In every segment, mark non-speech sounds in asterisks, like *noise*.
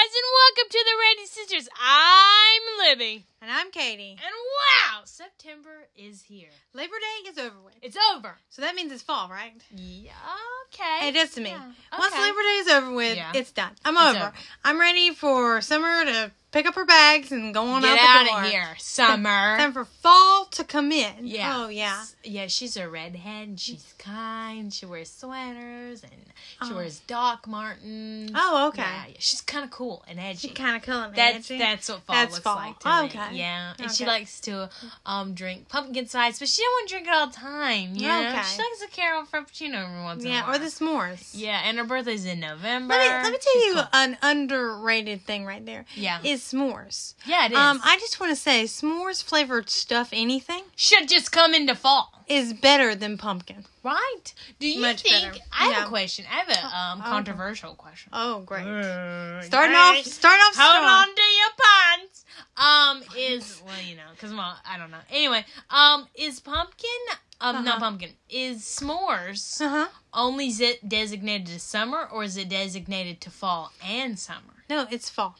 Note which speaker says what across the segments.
Speaker 1: Welcome to the Randy Sisters. I'm Libby.
Speaker 2: And I'm Katie.
Speaker 1: And wow, September is here.
Speaker 2: Labor Day is over with.
Speaker 1: It's over.
Speaker 2: So that means it's fall, right?
Speaker 1: Yeah, okay.
Speaker 2: It is to me.
Speaker 1: Yeah,
Speaker 2: Once
Speaker 1: okay.
Speaker 2: Labor Day is over with,
Speaker 1: Yeah.
Speaker 2: it's done. I'm
Speaker 1: It's
Speaker 2: over.
Speaker 1: over.
Speaker 2: I'm ready for summer to pick up her bags and go on
Speaker 1: Get
Speaker 2: out the
Speaker 1: out
Speaker 2: door.
Speaker 1: of here, summer.
Speaker 2: *laughs* Time for fall to come in.
Speaker 1: Yeah.
Speaker 2: Oh yeah.
Speaker 1: S- Yeah, she's a redhead. and She's kind. She wears sweaters and she
Speaker 2: Oh.
Speaker 1: wears Doc Martens.
Speaker 2: Oh okay.
Speaker 1: Yeah, yeah. She's kind of cool and edgy.
Speaker 2: She kind of killing me.
Speaker 1: That's
Speaker 2: isn't she?
Speaker 1: that's what fall
Speaker 2: That's
Speaker 1: looks
Speaker 2: fall.
Speaker 1: like to me.
Speaker 2: Okay.
Speaker 1: Yeah, and she
Speaker 2: Okay.
Speaker 1: likes to um drink pumpkin spice, but she don't want to drink it all the time. You know?
Speaker 2: Okay.
Speaker 1: she likes a caramel frappuccino every once in a
Speaker 2: yeah,
Speaker 1: while.
Speaker 2: or the s'mores.
Speaker 1: yeah, and her birthday's in November.
Speaker 2: Let me let me tell
Speaker 1: She's
Speaker 2: you
Speaker 1: cool.
Speaker 2: an underrated thing right there
Speaker 1: Yeah,
Speaker 2: is s'mores.
Speaker 1: yeah, it is.
Speaker 2: Um, I just want to say s'mores flavored stuff, anything,
Speaker 1: should just come into fall,
Speaker 2: is better than pumpkin.
Speaker 1: right? Do you
Speaker 2: Much
Speaker 1: think?
Speaker 2: better.
Speaker 1: I have
Speaker 2: Yeah. Uh,
Speaker 1: a question. I have a um
Speaker 2: okay.
Speaker 1: controversial question.
Speaker 2: Oh great.
Speaker 1: Uh,
Speaker 2: Starting
Speaker 1: great.
Speaker 2: off, starting off
Speaker 1: Hold
Speaker 2: strong.
Speaker 1: on to your pants. Um, *laughs* is well, you know, because I don't know. Anyway, um, is pumpkin? Um,
Speaker 2: Uh-huh.
Speaker 1: not pumpkin. Is s'mores
Speaker 2: Uh huh.
Speaker 1: only is it designated to summer, or is it designated to fall and summer?
Speaker 2: No, it's fall.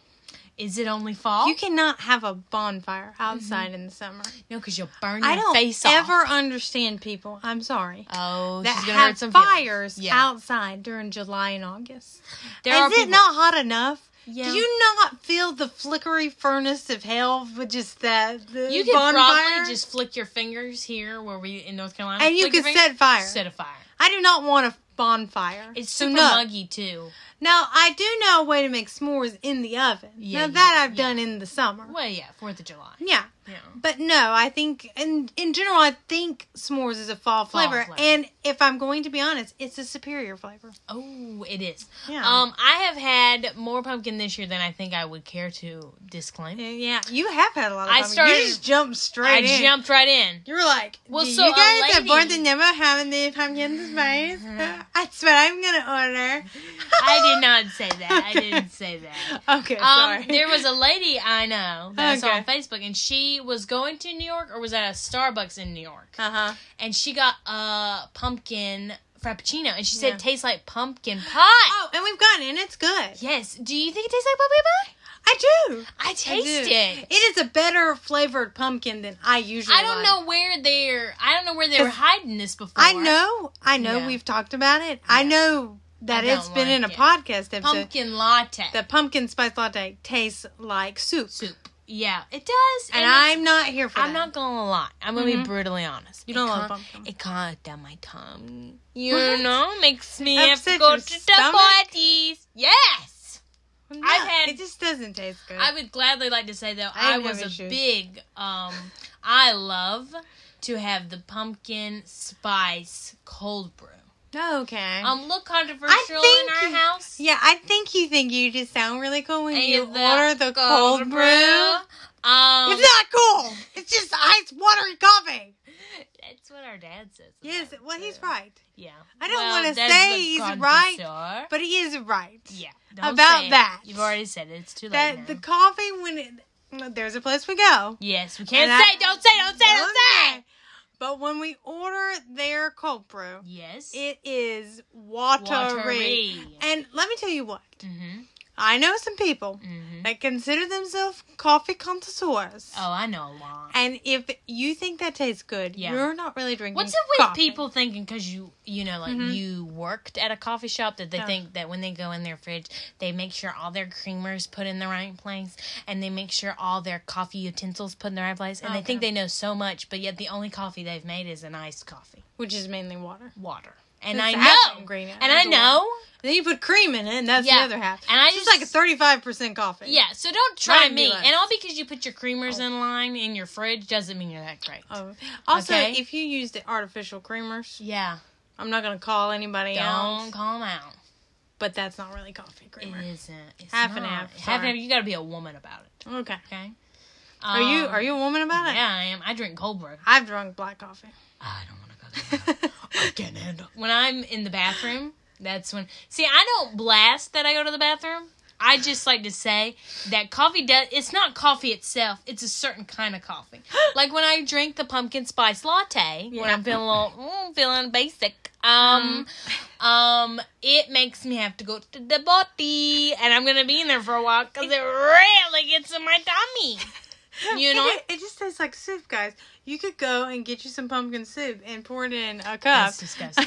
Speaker 1: Is it only fall?
Speaker 2: You cannot have a bonfire outside in the summer.
Speaker 1: no, because you'll burn your
Speaker 2: I don't
Speaker 1: face
Speaker 2: ever
Speaker 1: off.
Speaker 2: understand people. I'm sorry.
Speaker 1: Oh,
Speaker 2: That
Speaker 1: she's gonna
Speaker 2: have
Speaker 1: hurt some feelings.
Speaker 2: fires
Speaker 1: Yeah.
Speaker 2: outside during July and August.
Speaker 1: There
Speaker 2: Is
Speaker 1: are
Speaker 2: it
Speaker 1: people-
Speaker 2: not hot enough?
Speaker 1: Yeah.
Speaker 2: Do you not feel the flickery furnace of hell with just that the
Speaker 1: You could
Speaker 2: bonfire?
Speaker 1: probably just flick your fingers here where we in North Carolina,
Speaker 2: and you
Speaker 1: flick your
Speaker 2: could
Speaker 1: fingers,
Speaker 2: set fire.
Speaker 1: set a fire.
Speaker 2: I do not want a bonfire.
Speaker 1: It's
Speaker 2: So
Speaker 1: super
Speaker 2: no.
Speaker 1: muggy too.
Speaker 2: Now I do know a way to make s'mores in the oven.
Speaker 1: Yeah,
Speaker 2: now that
Speaker 1: yeah,
Speaker 2: I've done in the summer.
Speaker 1: Well, yeah, Fourth of July.
Speaker 2: Yeah.
Speaker 1: Yeah.
Speaker 2: But no, I think in in general, I think s'mores is a fall
Speaker 1: Fall
Speaker 2: flavor,
Speaker 1: flavor.
Speaker 2: and if I'm going to be honest, it's a superior flavor.
Speaker 1: Oh, it is.
Speaker 2: Yeah,
Speaker 1: Um, I have had more pumpkin this year than I think I would care to disclaim.
Speaker 2: yeah. You have had a lot of.
Speaker 1: I
Speaker 2: pumpkin.
Speaker 1: started-
Speaker 2: You just jumped straight.
Speaker 1: I
Speaker 2: in.
Speaker 1: jumped right in.
Speaker 2: You were like,
Speaker 1: Well,
Speaker 2: well, do
Speaker 1: so
Speaker 2: you
Speaker 1: a
Speaker 2: guys are born
Speaker 1: lady-
Speaker 2: to never having the pumpkin spice.
Speaker 1: Uh-huh.
Speaker 2: That's what I'm gonna order.
Speaker 1: I did not say that. I
Speaker 2: Okay. *laughs*
Speaker 1: didn't say that.
Speaker 2: Okay, sorry.
Speaker 1: Um, there *laughs* was a lady I know that I saw on
Speaker 2: Okay.
Speaker 1: Facebook, and she was going to New York or was at a Starbucks in New York,
Speaker 2: Uh huh.
Speaker 1: and she got a pumpkin frappuccino, and she said
Speaker 2: Yeah.
Speaker 1: it tastes like pumpkin pie.
Speaker 2: Oh, and we've gotten it. and It's good.
Speaker 1: Yes. Do you think it tastes like pumpkin pie?
Speaker 2: I do.
Speaker 1: I
Speaker 2: I do.
Speaker 1: taste it.
Speaker 2: It is a better flavored pumpkin than I usually.
Speaker 1: I don't
Speaker 2: like.
Speaker 1: know where they're. I don't know where they were hiding this before.
Speaker 2: I know, I know.
Speaker 1: Yeah.
Speaker 2: We've talked about it. I
Speaker 1: Yeah.
Speaker 2: know that
Speaker 1: I
Speaker 2: it's
Speaker 1: don't
Speaker 2: been in a
Speaker 1: like it.
Speaker 2: podcast episode.
Speaker 1: pumpkin latte.
Speaker 2: The pumpkin spice latte tastes like soup,
Speaker 1: soup. Yeah, it does.
Speaker 2: and
Speaker 1: it's-
Speaker 2: I'm not here for
Speaker 1: I'm Mm-hmm.
Speaker 2: that.
Speaker 1: not gonna lie. I'm gonna be
Speaker 2: Mhm.
Speaker 1: brutally honest.
Speaker 2: You don't
Speaker 1: it
Speaker 2: love
Speaker 1: con-
Speaker 2: pumpkin.
Speaker 1: It can't down my tongue. You
Speaker 2: What?
Speaker 1: know, makes me
Speaker 2: Upset
Speaker 1: have to go
Speaker 2: your
Speaker 1: to
Speaker 2: stomach?
Speaker 1: the parties. Yes.
Speaker 2: I'm
Speaker 1: I've
Speaker 2: not.
Speaker 1: had-
Speaker 2: It just doesn't taste good.
Speaker 1: I would gladly like to say though
Speaker 2: I
Speaker 1: I,
Speaker 2: have no
Speaker 1: was a
Speaker 2: issues.
Speaker 1: big um I love to have the pumpkin spice cold brew.
Speaker 2: okay.
Speaker 1: Um look controversial in
Speaker 2: think
Speaker 1: our
Speaker 2: you-
Speaker 1: house.
Speaker 2: yeah, I think you think you just sound really cool when
Speaker 1: And
Speaker 2: you order the cold, brew.
Speaker 1: Um
Speaker 2: It's not cool. It's just ice watery coffee.
Speaker 1: that's what our dad says. about
Speaker 2: Yes,
Speaker 1: it,
Speaker 2: well he's
Speaker 1: too.
Speaker 2: right,
Speaker 1: Yeah.
Speaker 2: I don't
Speaker 1: Well,
Speaker 2: wanna
Speaker 1: that's
Speaker 2: say
Speaker 1: the
Speaker 2: he's
Speaker 1: controversy.
Speaker 2: right, but he is right.
Speaker 1: Yeah. don't
Speaker 2: About
Speaker 1: say it.
Speaker 2: that.
Speaker 1: You've already said it. It's too late.
Speaker 2: That
Speaker 1: now.
Speaker 2: the coffee when it, there's a place we go
Speaker 1: yes, we can't
Speaker 2: And
Speaker 1: say.
Speaker 2: I-
Speaker 1: don't say. Don't say. Don't say.
Speaker 2: Okay. But when we order their cold brew,
Speaker 1: Yes.
Speaker 2: it is watery. And let me tell you what.
Speaker 1: Mm-hmm.
Speaker 2: I know some people
Speaker 1: Mm-hmm.
Speaker 2: that consider themselves coffee connoisseurs.
Speaker 1: Oh, I know a lot.
Speaker 2: And if you think that tastes good,
Speaker 1: Yeah.
Speaker 2: you're not really drinking
Speaker 1: What's up with
Speaker 2: coffee.
Speaker 1: people thinking because you you know like
Speaker 2: Mhm.
Speaker 1: you worked at a coffee shop that they
Speaker 2: Yeah.
Speaker 1: think that when they go in their fridge they make sure all their creamers put in the right place and they make sure all their coffee utensils put in the right place and they think
Speaker 2: Okay.
Speaker 1: they know so much but yet the only coffee they've made is an iced coffee
Speaker 2: Which is mainly water.
Speaker 1: water and
Speaker 2: It's
Speaker 1: I
Speaker 2: half
Speaker 1: know
Speaker 2: green
Speaker 1: and I
Speaker 2: it's water.
Speaker 1: know
Speaker 2: Then you put cream in it, and that's
Speaker 1: Yeah.
Speaker 2: the other half.
Speaker 1: and I
Speaker 2: It's
Speaker 1: just
Speaker 2: like a 35% coffee.
Speaker 1: Yeah, so don't try
Speaker 2: Mine
Speaker 1: me.
Speaker 2: do us.
Speaker 1: And all because you put your creamers in line in your fridge doesn't mean you're that great.
Speaker 2: Oh. Also,
Speaker 1: Okay.
Speaker 2: if you use the artificial creamers,
Speaker 1: Yeah,
Speaker 2: I'm not going to call anybody
Speaker 1: don't
Speaker 2: out,
Speaker 1: call 'em out.
Speaker 2: but that's not really coffee
Speaker 1: It
Speaker 2: creamer.
Speaker 1: isn't. It's
Speaker 2: Half and
Speaker 1: not.
Speaker 2: half,
Speaker 1: Half and
Speaker 2: sorry.
Speaker 1: half. You got to be a woman about it.
Speaker 2: Okay.
Speaker 1: Okay.
Speaker 2: Are you
Speaker 1: Mm-hmm. Um,
Speaker 2: are you a woman about it?
Speaker 1: Yeah, I am. I drink cold brew.
Speaker 2: I've drunk black coffee. *laughs*
Speaker 1: I don't want to go *laughs* there. I can't handle. When I'm in the bathroom, that's when. See, I don't blast that I go to the bathroom. I just like to say that coffee does. It's not coffee itself. It's a certain kind of
Speaker 2: *gasps*
Speaker 1: coffee. Like when I drink the pumpkin spice latte, when
Speaker 2: Yeah.
Speaker 1: I'm feeling a little mm, feeling basic, Um,
Speaker 2: Uh-huh.
Speaker 1: um, it makes me have to go to the body, and I'm gonna be in there for a while because it really gets in my tummy. *laughs* You know,
Speaker 2: it, it just tastes like soup, guys. You could go and get you some pumpkin soup and pour it in a cup. *laughs*
Speaker 1: That's disgusting.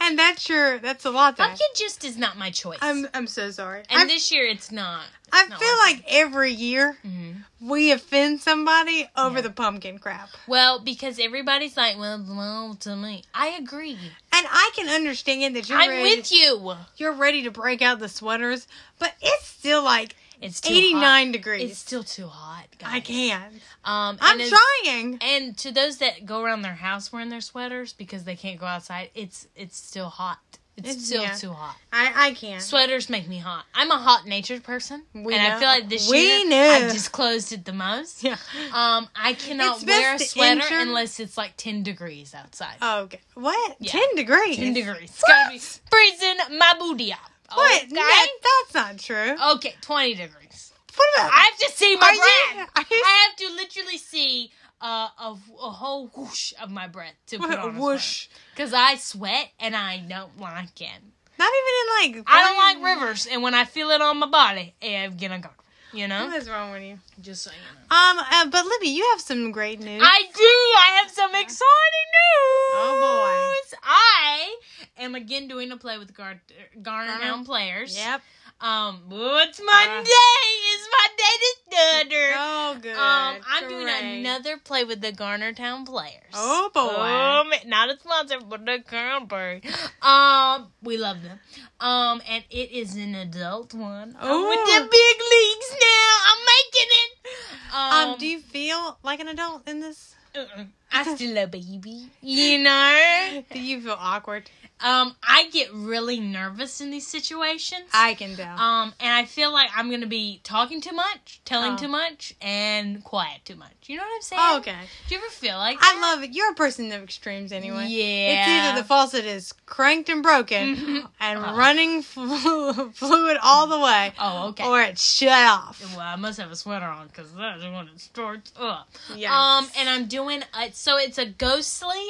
Speaker 2: and that's your that's a lot.
Speaker 1: pumpkin just is not my choice.
Speaker 2: I'm I'm so sorry.
Speaker 1: and
Speaker 2: I,
Speaker 1: this year it's not.
Speaker 2: I
Speaker 1: not
Speaker 2: feel like every year
Speaker 1: Mhm.
Speaker 2: we offend somebody over
Speaker 1: Yeah.
Speaker 2: the pumpkin crap.
Speaker 1: Well, because everybody's like, well, it's low to me. I agree.
Speaker 2: And I can understand that you're
Speaker 1: I'm
Speaker 2: ready,
Speaker 1: with you.
Speaker 2: you're ready to break out the sweaters, but it's still like
Speaker 1: It's too
Speaker 2: 89
Speaker 1: hot.
Speaker 2: degrees.
Speaker 1: It's still too hot, guys.
Speaker 2: I can't.
Speaker 1: Um, and
Speaker 2: I'm
Speaker 1: it's-
Speaker 2: trying.
Speaker 1: And to those that go around their house wearing their sweaters because they can't go outside, it's it's still hot. It's,
Speaker 2: It's-
Speaker 1: still
Speaker 2: yeah.
Speaker 1: too hot.
Speaker 2: I I can't.
Speaker 1: Sweaters make me hot. I'm a hot natured person,
Speaker 2: We
Speaker 1: and I
Speaker 2: know.
Speaker 1: feel like this
Speaker 2: We
Speaker 1: year
Speaker 2: know.
Speaker 1: I disclosed it the most.
Speaker 2: *laughs* yeah.
Speaker 1: Um, I cannot
Speaker 2: It's best
Speaker 1: wear a
Speaker 2: to
Speaker 1: sweater
Speaker 2: enter-
Speaker 1: unless it's like ten degrees outside.
Speaker 2: Oh, okay. What?
Speaker 1: Yeah.
Speaker 2: 10 degrees.
Speaker 1: ten degrees. Oh, It's gotta be
Speaker 2: What?
Speaker 1: freezing my booty up.
Speaker 2: What?
Speaker 1: Okay.
Speaker 2: That- that's not true.
Speaker 1: Okay, twenty degrees.
Speaker 2: What about
Speaker 1: Oh, I have to see my
Speaker 2: Are you- *laughs*
Speaker 1: breath.
Speaker 2: are you-
Speaker 1: I have to literally see uh, a, a whole whoosh of my breath to put
Speaker 2: what,
Speaker 1: on a
Speaker 2: whoosh?
Speaker 1: Because I sweat and I don't like it.
Speaker 2: Not even in like.
Speaker 1: I don't
Speaker 2: fucking-
Speaker 1: like rivers, and when I feel it on my body, I'm gonna go. You know?
Speaker 2: What is wrong with you?
Speaker 1: Just so you know.
Speaker 2: Um, uh, but Libby, you have some great news.
Speaker 1: I do! I have some exciting news!
Speaker 2: Oh,
Speaker 1: boy. I am again doing a play with Gar- Garner
Speaker 2: Garner.
Speaker 1: Noun Players. *laughs*
Speaker 2: Yep.
Speaker 1: Um, well, it's Monday! it's my day to stutter!
Speaker 2: Oh, good.
Speaker 1: Um, I'm doing
Speaker 2: Great.
Speaker 1: another play with the Garnertown Players.
Speaker 2: Oh, boy.
Speaker 1: Um, not a sponsor, but the Garner. Um, we love them. Um, and it is an adult one. I'm with the
Speaker 2: Oh.
Speaker 1: big leagues now. I'm making it. Um,
Speaker 2: Um, do you feel like an adult in
Speaker 1: *laughs*
Speaker 2: this?
Speaker 1: uh-uh. I still a baby, you
Speaker 2: *laughs*
Speaker 1: know.
Speaker 2: Do you feel awkward?
Speaker 1: Um, I get really nervous in these situations.
Speaker 2: I can tell.
Speaker 1: Um, and I feel like I'm gonna be talking too much, telling
Speaker 2: Oh.
Speaker 1: too much, and quiet too much. You know what I'm saying?
Speaker 2: oh, okay.
Speaker 1: Do you ever feel like
Speaker 2: I love it. You're a person of extremes anyway.
Speaker 1: Yeah.
Speaker 2: It's either the faucet is cranked and broken
Speaker 1: Mhm.
Speaker 2: and
Speaker 1: Uh.
Speaker 2: running *laughs* flu- fluid all the way,
Speaker 1: Oh, okay.
Speaker 2: or it's shut off.
Speaker 1: well, I must have a sweater on because that's when it starts up.
Speaker 2: Yikes.
Speaker 1: Um, and I'm doing a, so it's a ghostly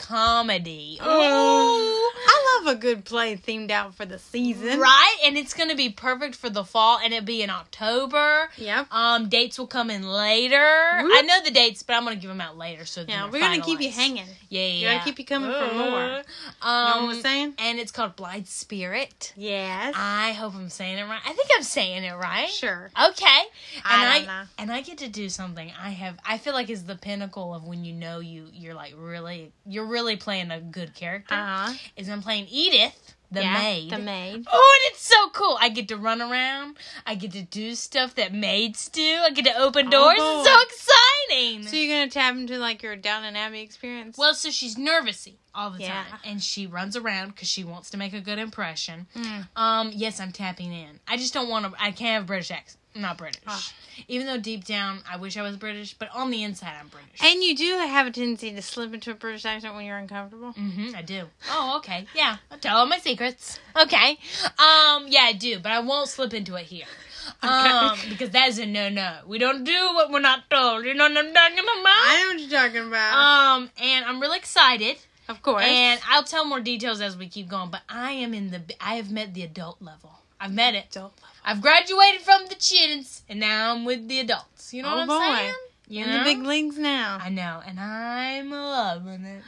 Speaker 1: comedy.
Speaker 2: Oh.
Speaker 1: Ooh.
Speaker 2: I love a good play themed out for the season.
Speaker 1: Right, and it's gonna be perfect for the fall, and it'll be in October.
Speaker 2: Yep.
Speaker 1: Um, dates will come in later.
Speaker 2: Whoop.
Speaker 1: I know the dates, but I'm gonna give them out later. So
Speaker 2: Yeah,
Speaker 1: they're
Speaker 2: we're gonna keep you
Speaker 1: finalized.
Speaker 2: hanging.
Speaker 1: Yeah, yeah.
Speaker 2: Gotta
Speaker 1: yeah.
Speaker 2: keep you coming for more.
Speaker 1: Uh,
Speaker 2: You know
Speaker 1: Um,
Speaker 2: what I'm saying?
Speaker 1: and it's called Blind Spirit.
Speaker 2: Yes.
Speaker 1: I hope I'm saying it right. I think I'm saying it right.
Speaker 2: sure.
Speaker 1: Okay.
Speaker 2: I
Speaker 1: And I,
Speaker 2: don't know.
Speaker 1: and I get to do something I have I feel like is the pinnacle of when you know you you're like really you're really playing a good character.
Speaker 2: Uh huh.
Speaker 1: Is I'm playing Edith, the maid.
Speaker 2: The maid.
Speaker 1: Oh, and it's so cool. I get to run around. I get to do stuff that maids do. I get to open
Speaker 2: Oh,
Speaker 1: doors.
Speaker 2: boy.
Speaker 1: It's so exciting.
Speaker 2: So you're gonna tap into like your Down and Abbey experience?
Speaker 1: well, so she's nervousy all the
Speaker 2: Yeah.
Speaker 1: time, and she runs around because she wants to make a good impression.
Speaker 2: Mm.
Speaker 1: Um, yes, I'm tapping in. I just don't want to. I can't have a British accent. I'm not British.
Speaker 2: Ah.
Speaker 1: Even though deep down I wish I was British, but on the inside I'm British.
Speaker 2: and you do have a tendency to slip into a British accent when you're uncomfortable.
Speaker 1: hmm I do. Oh, okay. Yeah, I tell all my secrets. Okay. Um, yeah, I do, but I won't slip into it here. Um,
Speaker 2: *laughs* Okay.
Speaker 1: because that is a no no. We don't do what we're not told. You know what I'm talking about?
Speaker 2: I know what you're talking about.
Speaker 1: Um, and I'm really excited,
Speaker 2: of course.
Speaker 1: and I'll tell more details as we keep going. But I am in the. I have met the adult level. I've met it.
Speaker 2: Adult
Speaker 1: I've graduated from the chins and now I'm with the adults. You know
Speaker 2: Oh,
Speaker 1: what I'm
Speaker 2: boy.
Speaker 1: saying? You
Speaker 2: in the
Speaker 1: know?
Speaker 2: big leagues now.
Speaker 1: I know, and I'm loving it.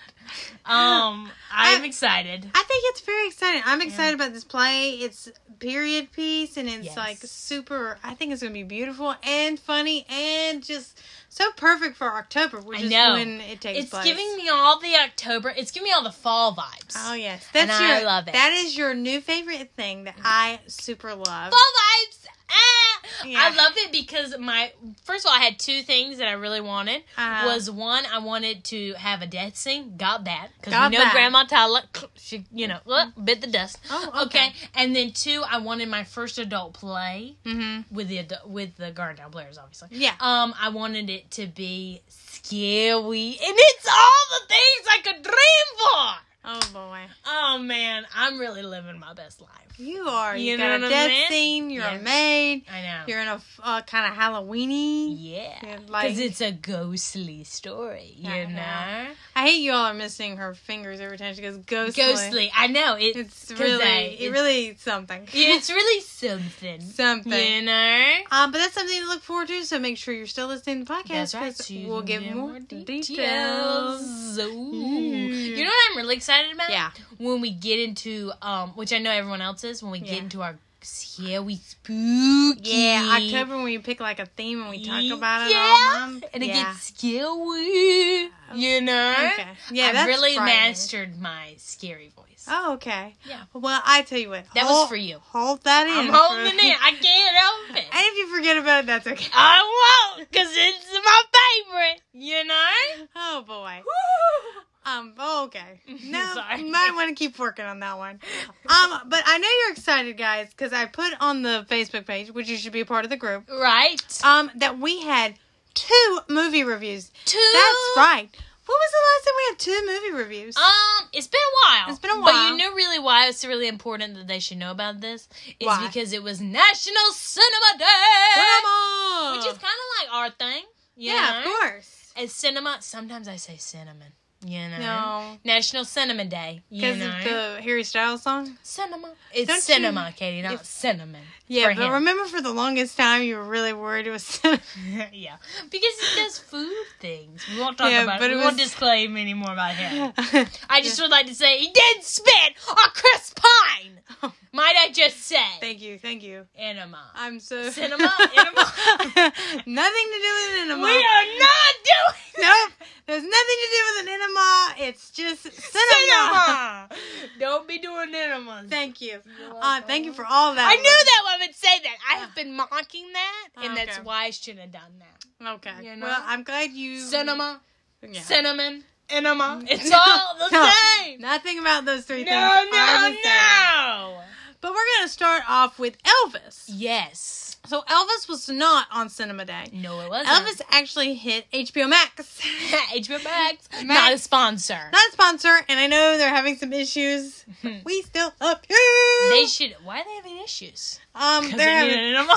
Speaker 1: Um, I'm
Speaker 2: *laughs* I-
Speaker 1: excited.
Speaker 2: I think it's very exciting. I'm excited about this play. It's period piece and it's
Speaker 1: Yes.
Speaker 2: like super I think it's gonna be beautiful and funny and just so perfect for October, which
Speaker 1: I
Speaker 2: is
Speaker 1: know.
Speaker 2: when it takes
Speaker 1: It's
Speaker 2: place.
Speaker 1: giving me all the October. It's giving me all the fall vibes.
Speaker 2: Oh yes.
Speaker 1: And
Speaker 2: That's your
Speaker 1: I love it.
Speaker 2: that is your new favorite thing that I super love.
Speaker 1: Fall vibes. Ah!
Speaker 2: Yeah.
Speaker 1: I love it because my first of all, I had two things that I really wanted.
Speaker 2: Uh-huh.
Speaker 1: was one I wanted to have a death scene. Got that because
Speaker 2: Got
Speaker 1: we know
Speaker 2: that.
Speaker 1: Grandma Tyler. *sniffs* She you know uh, bit the dust.
Speaker 2: Oh,
Speaker 1: okay.
Speaker 2: okay.
Speaker 1: And then two, I wanted my first adult play.
Speaker 2: Mm-hmm.
Speaker 1: with the adu- with the guard down players, obviously.
Speaker 2: Yeah.
Speaker 1: Um, I wanted it to be scary, and it's all the things I could dream for.
Speaker 2: Oh boy,
Speaker 1: Oh man, I'm really living my best life.
Speaker 2: you are. You,
Speaker 1: You know
Speaker 2: got
Speaker 1: what
Speaker 2: a
Speaker 1: I
Speaker 2: death
Speaker 1: mean?
Speaker 2: scene. You're
Speaker 1: Yeah.
Speaker 2: a maid.
Speaker 1: I know.
Speaker 2: You're in a uh, kind of Halloweeny.
Speaker 1: yeah,
Speaker 2: You're
Speaker 1: because
Speaker 2: like-
Speaker 1: it's a ghostly story, you
Speaker 2: I
Speaker 1: know.
Speaker 2: know. I hate you all are missing her fingers every time she goes ghostly.
Speaker 1: Ghostly, I know it-
Speaker 2: It's
Speaker 1: 'cause
Speaker 2: really,
Speaker 1: I-
Speaker 2: it really is something.
Speaker 1: it's really something.
Speaker 2: *laughs* something.
Speaker 1: You know.
Speaker 2: Um, but that's something to look forward to. So make sure you're still listening to the podcast.
Speaker 1: That's right.
Speaker 2: 'cause
Speaker 1: Tune
Speaker 2: We'll give
Speaker 1: in
Speaker 2: more
Speaker 1: with
Speaker 2: details.
Speaker 1: Ooh.
Speaker 2: Mm.
Speaker 1: You know what I'm really excited about?
Speaker 2: Yeah.
Speaker 1: When we get into um, which I know everyone else is, when we
Speaker 2: Yeah.
Speaker 1: get into our scary spooky.
Speaker 2: Yeah, October when we pick like a theme and we talk about it all
Speaker 1: Yeah.
Speaker 2: month.
Speaker 1: And it
Speaker 2: yeah.
Speaker 1: gets scary. You know.
Speaker 2: okay. Yeah,
Speaker 1: I've
Speaker 2: that's
Speaker 1: really
Speaker 2: frightening.
Speaker 1: mastered my scary voice.
Speaker 2: Oh, okay.
Speaker 1: Yeah.
Speaker 2: Well, I tell you what.
Speaker 1: That was
Speaker 2: hold-
Speaker 1: for you.
Speaker 2: Hold that in.
Speaker 1: I'm
Speaker 2: for-
Speaker 1: holding
Speaker 2: *laughs*
Speaker 1: it. Uh, I can't help it.
Speaker 2: And if you forget about it, that's okay.
Speaker 1: I won't, cause it's my favorite. You know. *laughs*
Speaker 2: Oh boy. Um. oh, okay. No,
Speaker 1: Sorry.
Speaker 2: *laughs* might want to keep working on that one. Um. But I know you're excited, guys, because I put on the Facebook page, which you should be a part of the group.
Speaker 1: Right.
Speaker 2: Um. That we had two movie reviews.
Speaker 1: Two.
Speaker 2: That's right. What was the last time we had two movie reviews?
Speaker 1: Um, it's been a while.
Speaker 2: It's been a
Speaker 1: But
Speaker 2: while.
Speaker 1: you know really why it's really important that they should know about this? Is
Speaker 2: Why?
Speaker 1: because it was National Cinema Day.
Speaker 2: Cinema!
Speaker 1: Which is kinda like our thing. You
Speaker 2: yeah,
Speaker 1: know?
Speaker 2: of course.
Speaker 1: It's cinema sometimes I say cinnamon. You know?
Speaker 2: No,
Speaker 1: National Cinnamon Day. You
Speaker 2: because
Speaker 1: know?
Speaker 2: of the Harry Styles song.
Speaker 1: cinema. It's
Speaker 2: Don't you-
Speaker 1: cinema, Katie, not
Speaker 2: if-
Speaker 1: cinnamon.
Speaker 2: Yeah,
Speaker 1: for
Speaker 2: but
Speaker 1: him.
Speaker 2: remember for the longest time you were really worried it was *laughs* cinnamon.
Speaker 1: *laughs* yeah. Because he does food things. We won't talk
Speaker 2: Yeah,
Speaker 1: about
Speaker 2: but
Speaker 1: it.
Speaker 2: it
Speaker 1: We won't
Speaker 2: was-
Speaker 1: disclaim any more about
Speaker 2: *laughs*
Speaker 1: him.
Speaker 2: Thank
Speaker 1: I just would like to say he did spit on Chris Pine. Might I just say?
Speaker 2: you, *laughs* thank you.
Speaker 1: enema.
Speaker 2: I'm so *laughs*
Speaker 1: Cinema? Enema?
Speaker 2: nothing to do with an enema.
Speaker 1: we are not
Speaker 2: *laughs*
Speaker 1: doing *laughs*
Speaker 2: Nope, there's nothing to do with an enema. It's just cinema.
Speaker 1: cinema. Don't be doing enema.
Speaker 2: *laughs* Thank you.
Speaker 1: You're
Speaker 2: Uh,
Speaker 1: welcome.
Speaker 2: thank you for all that.
Speaker 1: I knew that one would say that. I have been mocking that, and that's
Speaker 2: Okay.
Speaker 1: why I should have done that.
Speaker 2: Okay.
Speaker 1: You know?
Speaker 2: Well, I'm glad you.
Speaker 1: Cinema,
Speaker 2: Yeah.
Speaker 1: cinnamon, enema. *laughs* It's all the
Speaker 2: No,
Speaker 1: same.
Speaker 2: Nothing about those three things.
Speaker 1: No,
Speaker 2: are
Speaker 1: no,
Speaker 2: the same.
Speaker 1: no.
Speaker 2: But we're gonna start off with Elvis.
Speaker 1: Yes.
Speaker 2: So Elvis was not on Cinema Day.
Speaker 1: No, it wasn't.
Speaker 2: Elvis actually hit
Speaker 1: *laughs*
Speaker 2: HBO Max.
Speaker 1: HBO Max, not
Speaker 2: Max.
Speaker 1: a sponsor. Hmm.
Speaker 2: Not a sponsor, and I know they're having some issues. but we still up here.
Speaker 1: They should. Why are they having issues?
Speaker 2: um,
Speaker 1: Because
Speaker 2: they're
Speaker 1: I need
Speaker 2: having,
Speaker 1: an animal. *laughs*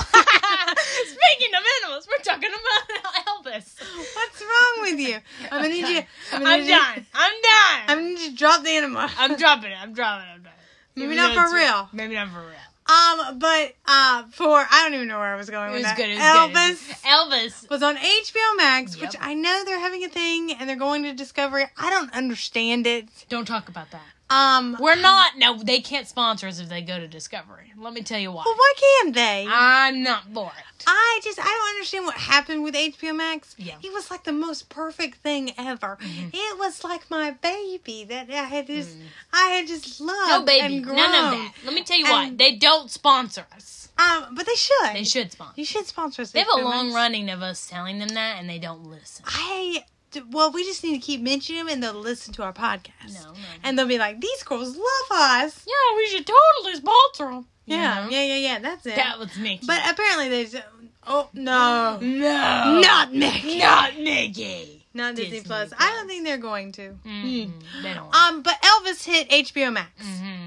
Speaker 1: Speaking of animals, we're talking about Elvis.
Speaker 2: *laughs* what's wrong with you? I'm gonna need you.
Speaker 1: I'm
Speaker 2: gonna need you-
Speaker 1: done. I'm done.
Speaker 2: I'm gonna need you to drop the enema.
Speaker 1: I'm dropping it. I'm dropping it. I'm done.
Speaker 2: Maybe
Speaker 1: Even
Speaker 2: not
Speaker 1: though
Speaker 2: for
Speaker 1: it's-
Speaker 2: real.
Speaker 1: Maybe not for real.
Speaker 2: *laughs* Um, but uh, for I don't even know where I was going
Speaker 1: It
Speaker 2: with
Speaker 1: was
Speaker 2: that.
Speaker 1: good. It was
Speaker 2: Elvis.
Speaker 1: good. Elvis.
Speaker 2: was on HBO Max, which
Speaker 1: Yep.
Speaker 2: I know they're having a thing and they're going to Discovery. I don't understand it.
Speaker 1: Don't talk about that.
Speaker 2: Um,
Speaker 1: We're not. No, they can't sponsor us if they go to Discovery. Let me tell you why.
Speaker 2: Well, why can't they? I,
Speaker 1: I'm not for it.
Speaker 2: just I don't understand what happened with HBO Max.
Speaker 1: Yeah. Mm-hmm.
Speaker 2: It was like the most perfect thing ever. It was like my baby that I had just I had just loved.
Speaker 1: Mm. No, baby.
Speaker 2: and
Speaker 1: None
Speaker 2: grown.
Speaker 1: of that. Let me tell you why.
Speaker 2: And-
Speaker 1: They don't sponsor us.
Speaker 2: Um, but they should.
Speaker 1: They should sponsor.
Speaker 2: You should sponsor us.
Speaker 1: They have a
Speaker 2: HBO
Speaker 1: long
Speaker 2: Max.
Speaker 1: running of us telling them that, and they don't listen.
Speaker 2: I well, we just need to keep mentioning them and they'll listen to our podcast.
Speaker 1: No, no.
Speaker 2: And they'll be like, these girls love us.
Speaker 1: Yeah, we should totally sponsor them.
Speaker 2: Yeah, yeah, yeah, yeah. That's it.
Speaker 1: That was Mm-hmm. Mickey.
Speaker 2: But apparently they just, oh no,
Speaker 1: no,
Speaker 2: not Mickey,
Speaker 1: not Mickey.
Speaker 2: not Disney,
Speaker 1: Disney
Speaker 2: Plus. I don't think they're going to.
Speaker 1: Mm, They don't.
Speaker 2: Um, but Elvis hit HBO Max,
Speaker 1: hmm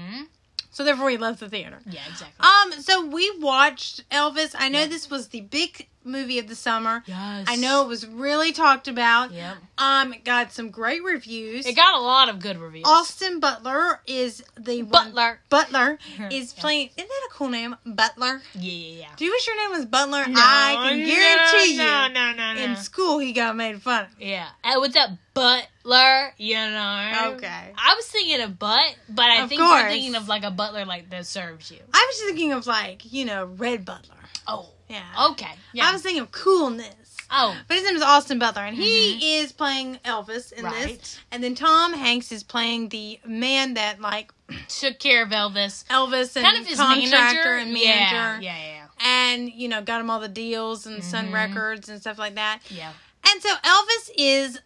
Speaker 2: so therefore he left the theater.
Speaker 1: Yeah, exactly.
Speaker 2: Um, so we watched Elvis. I know this was the big movie of the summer.
Speaker 1: yes,
Speaker 2: I know it was really talked about.
Speaker 1: Yep.
Speaker 2: Um, it got some great reviews.
Speaker 1: It got a lot of good reviews.
Speaker 2: Austin Butler is the one-
Speaker 1: Butler.
Speaker 2: Butler
Speaker 1: *laughs* Yeah.
Speaker 2: is playing. Isn't that a cool name, Butler?
Speaker 1: Yeah, yeah, yeah.
Speaker 2: Do you wish your name was Butler? I can guarantee you.
Speaker 1: No, no, no, no.
Speaker 2: In school, he got made fun of.
Speaker 1: yeah, uh, with that butler, you know.
Speaker 2: Okay.
Speaker 1: I was thinking of butt, but I
Speaker 2: Of
Speaker 1: think you're
Speaker 2: course.
Speaker 1: thinking of like a butler like that serves you.
Speaker 2: I was just thinking of like you know Red Butler.
Speaker 1: Oh.
Speaker 2: Yeah.
Speaker 1: Okay. Yeah.
Speaker 2: I was thinking of coolness.
Speaker 1: oh.
Speaker 2: But his name is Austin Butler, and he is playing Elvis in
Speaker 1: Mm-hmm. Right.
Speaker 2: this. And then Tom Hanks is playing the man that like
Speaker 1: Took care of Elvis.
Speaker 2: Elvis and
Speaker 1: Kind of his
Speaker 2: contractor
Speaker 1: manager
Speaker 2: and manager,
Speaker 1: Yeah, Mm-hmm. yeah,
Speaker 2: and you know got him all the deals and Sun Records and stuff like that.
Speaker 1: yeah. Yeah.
Speaker 2: And so Elvis is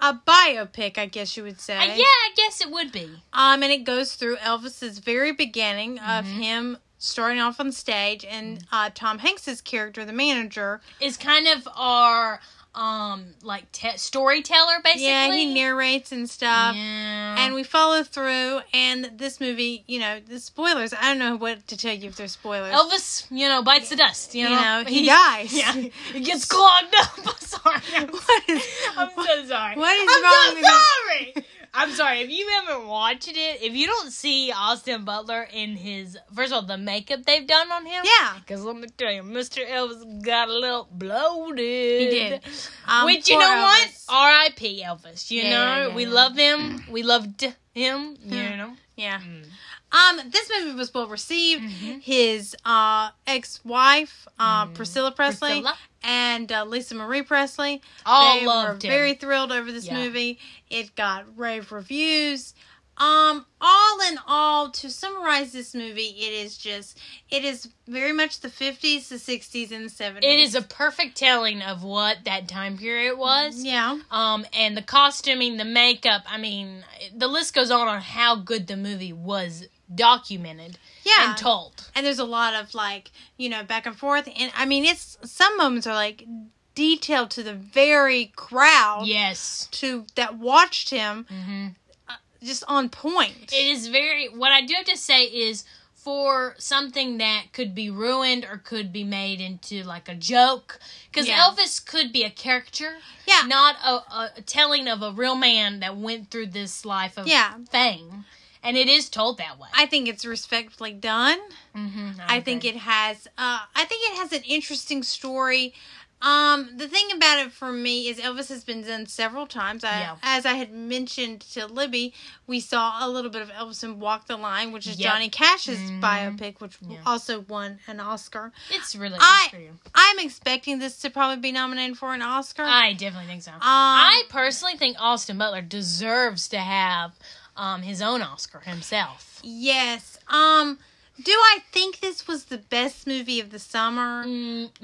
Speaker 2: a biopic, I guess you would say.
Speaker 1: Uh, yeah, I guess it would be.
Speaker 2: Um, and it goes through Elvis's very beginning of
Speaker 1: Mm-hmm.
Speaker 2: him starting off on stage, and uh, Tom Hanks's character, the manager,
Speaker 1: It's kind of our um like te- storyteller basically.
Speaker 2: Yeah, he narrates and stuff.
Speaker 1: Yeah.
Speaker 2: And we follow through, and this movie, you know, the spoilers. I don't know what to tell you if they're spoilers.
Speaker 1: Elvis, you know, bites the dust. You
Speaker 2: you
Speaker 1: know,
Speaker 2: know,
Speaker 1: *laughs*
Speaker 2: he dies.
Speaker 1: Yeah, he gets clogged up. *laughs* I'm sorry.
Speaker 2: *laughs* What is-
Speaker 1: *laughs* I'm so sorry.
Speaker 2: what is
Speaker 1: I'm
Speaker 2: wrong
Speaker 1: so
Speaker 2: with you?
Speaker 1: sorry. I'm sorry if you haven't watched it. If you don't see Austin Butler in his first of all the makeup they've done on him,
Speaker 2: *laughs* Yeah.
Speaker 1: Because let me tell you, Mr. Elvis got a little bloated. He
Speaker 2: did. Um,
Speaker 1: Which you
Speaker 2: poor
Speaker 1: know what?
Speaker 2: Elvis.
Speaker 1: R.I.P. Elvis. You
Speaker 2: Yeah,
Speaker 1: know
Speaker 2: yeah, yeah,
Speaker 1: we
Speaker 2: yeah.
Speaker 1: love him. We loved him. You know.
Speaker 2: Yeah.
Speaker 1: Mm.
Speaker 2: Um, this movie was well received.
Speaker 1: Mhm.
Speaker 2: His uh ex-wife, uh,
Speaker 1: Mm.
Speaker 2: Priscilla Presley,
Speaker 1: Priscilla.
Speaker 2: and uh, Lisa Marie Presley.
Speaker 1: All
Speaker 2: they
Speaker 1: loved
Speaker 2: were
Speaker 1: him.
Speaker 2: very thrilled over this
Speaker 1: Yeah.
Speaker 2: movie. It got rave reviews. Um, all in all, to summarize this movie, it is just it is very much the fifties, the sixties, and the seventies.
Speaker 1: It is a perfect telling of what that time period was.
Speaker 2: yeah,
Speaker 1: Um, and the costuming, the makeup, I mean, the list goes on on how good the movie was documented
Speaker 2: yeah.
Speaker 1: and told.
Speaker 2: and there's a lot of like you know back and forth, and I mean it's some moments are like detailed to the very crowd
Speaker 1: Yes.
Speaker 2: to that watched him
Speaker 1: Mm-hmm.
Speaker 2: just on point.
Speaker 1: It is very, what I do have to say is for something that could be ruined or could be made into like a joke, because
Speaker 2: Yeah.
Speaker 1: Elvis could be a caricature,
Speaker 2: yeah,
Speaker 1: not a, a telling of a real man that went through this life of
Speaker 2: yeah.
Speaker 1: fame. And it is told that way.
Speaker 2: I think it's respectfully done.
Speaker 1: mm-hmm,
Speaker 2: I think it has. Uh, I think it has an interesting story. Um, the thing about it for me is Elvis has been done several times. I,
Speaker 1: Yeah.
Speaker 2: As I had mentioned to Libby, we saw a little bit of Elvis in Walk the Line, which is
Speaker 1: Yep.
Speaker 2: Johnny Cash's
Speaker 1: Mhm.
Speaker 2: biopic, which
Speaker 1: Yeah.
Speaker 2: also won an Oscar.
Speaker 1: It's really
Speaker 2: I-
Speaker 1: good for you.
Speaker 2: I'm expecting this to probably be nominated for an Oscar.
Speaker 1: I definitely think so.
Speaker 2: um,
Speaker 1: I personally think Austin Butler deserves to have um, his own Oscar himself.
Speaker 2: yes. Um, do I think this was the best movie of the summer?
Speaker 1: Mm,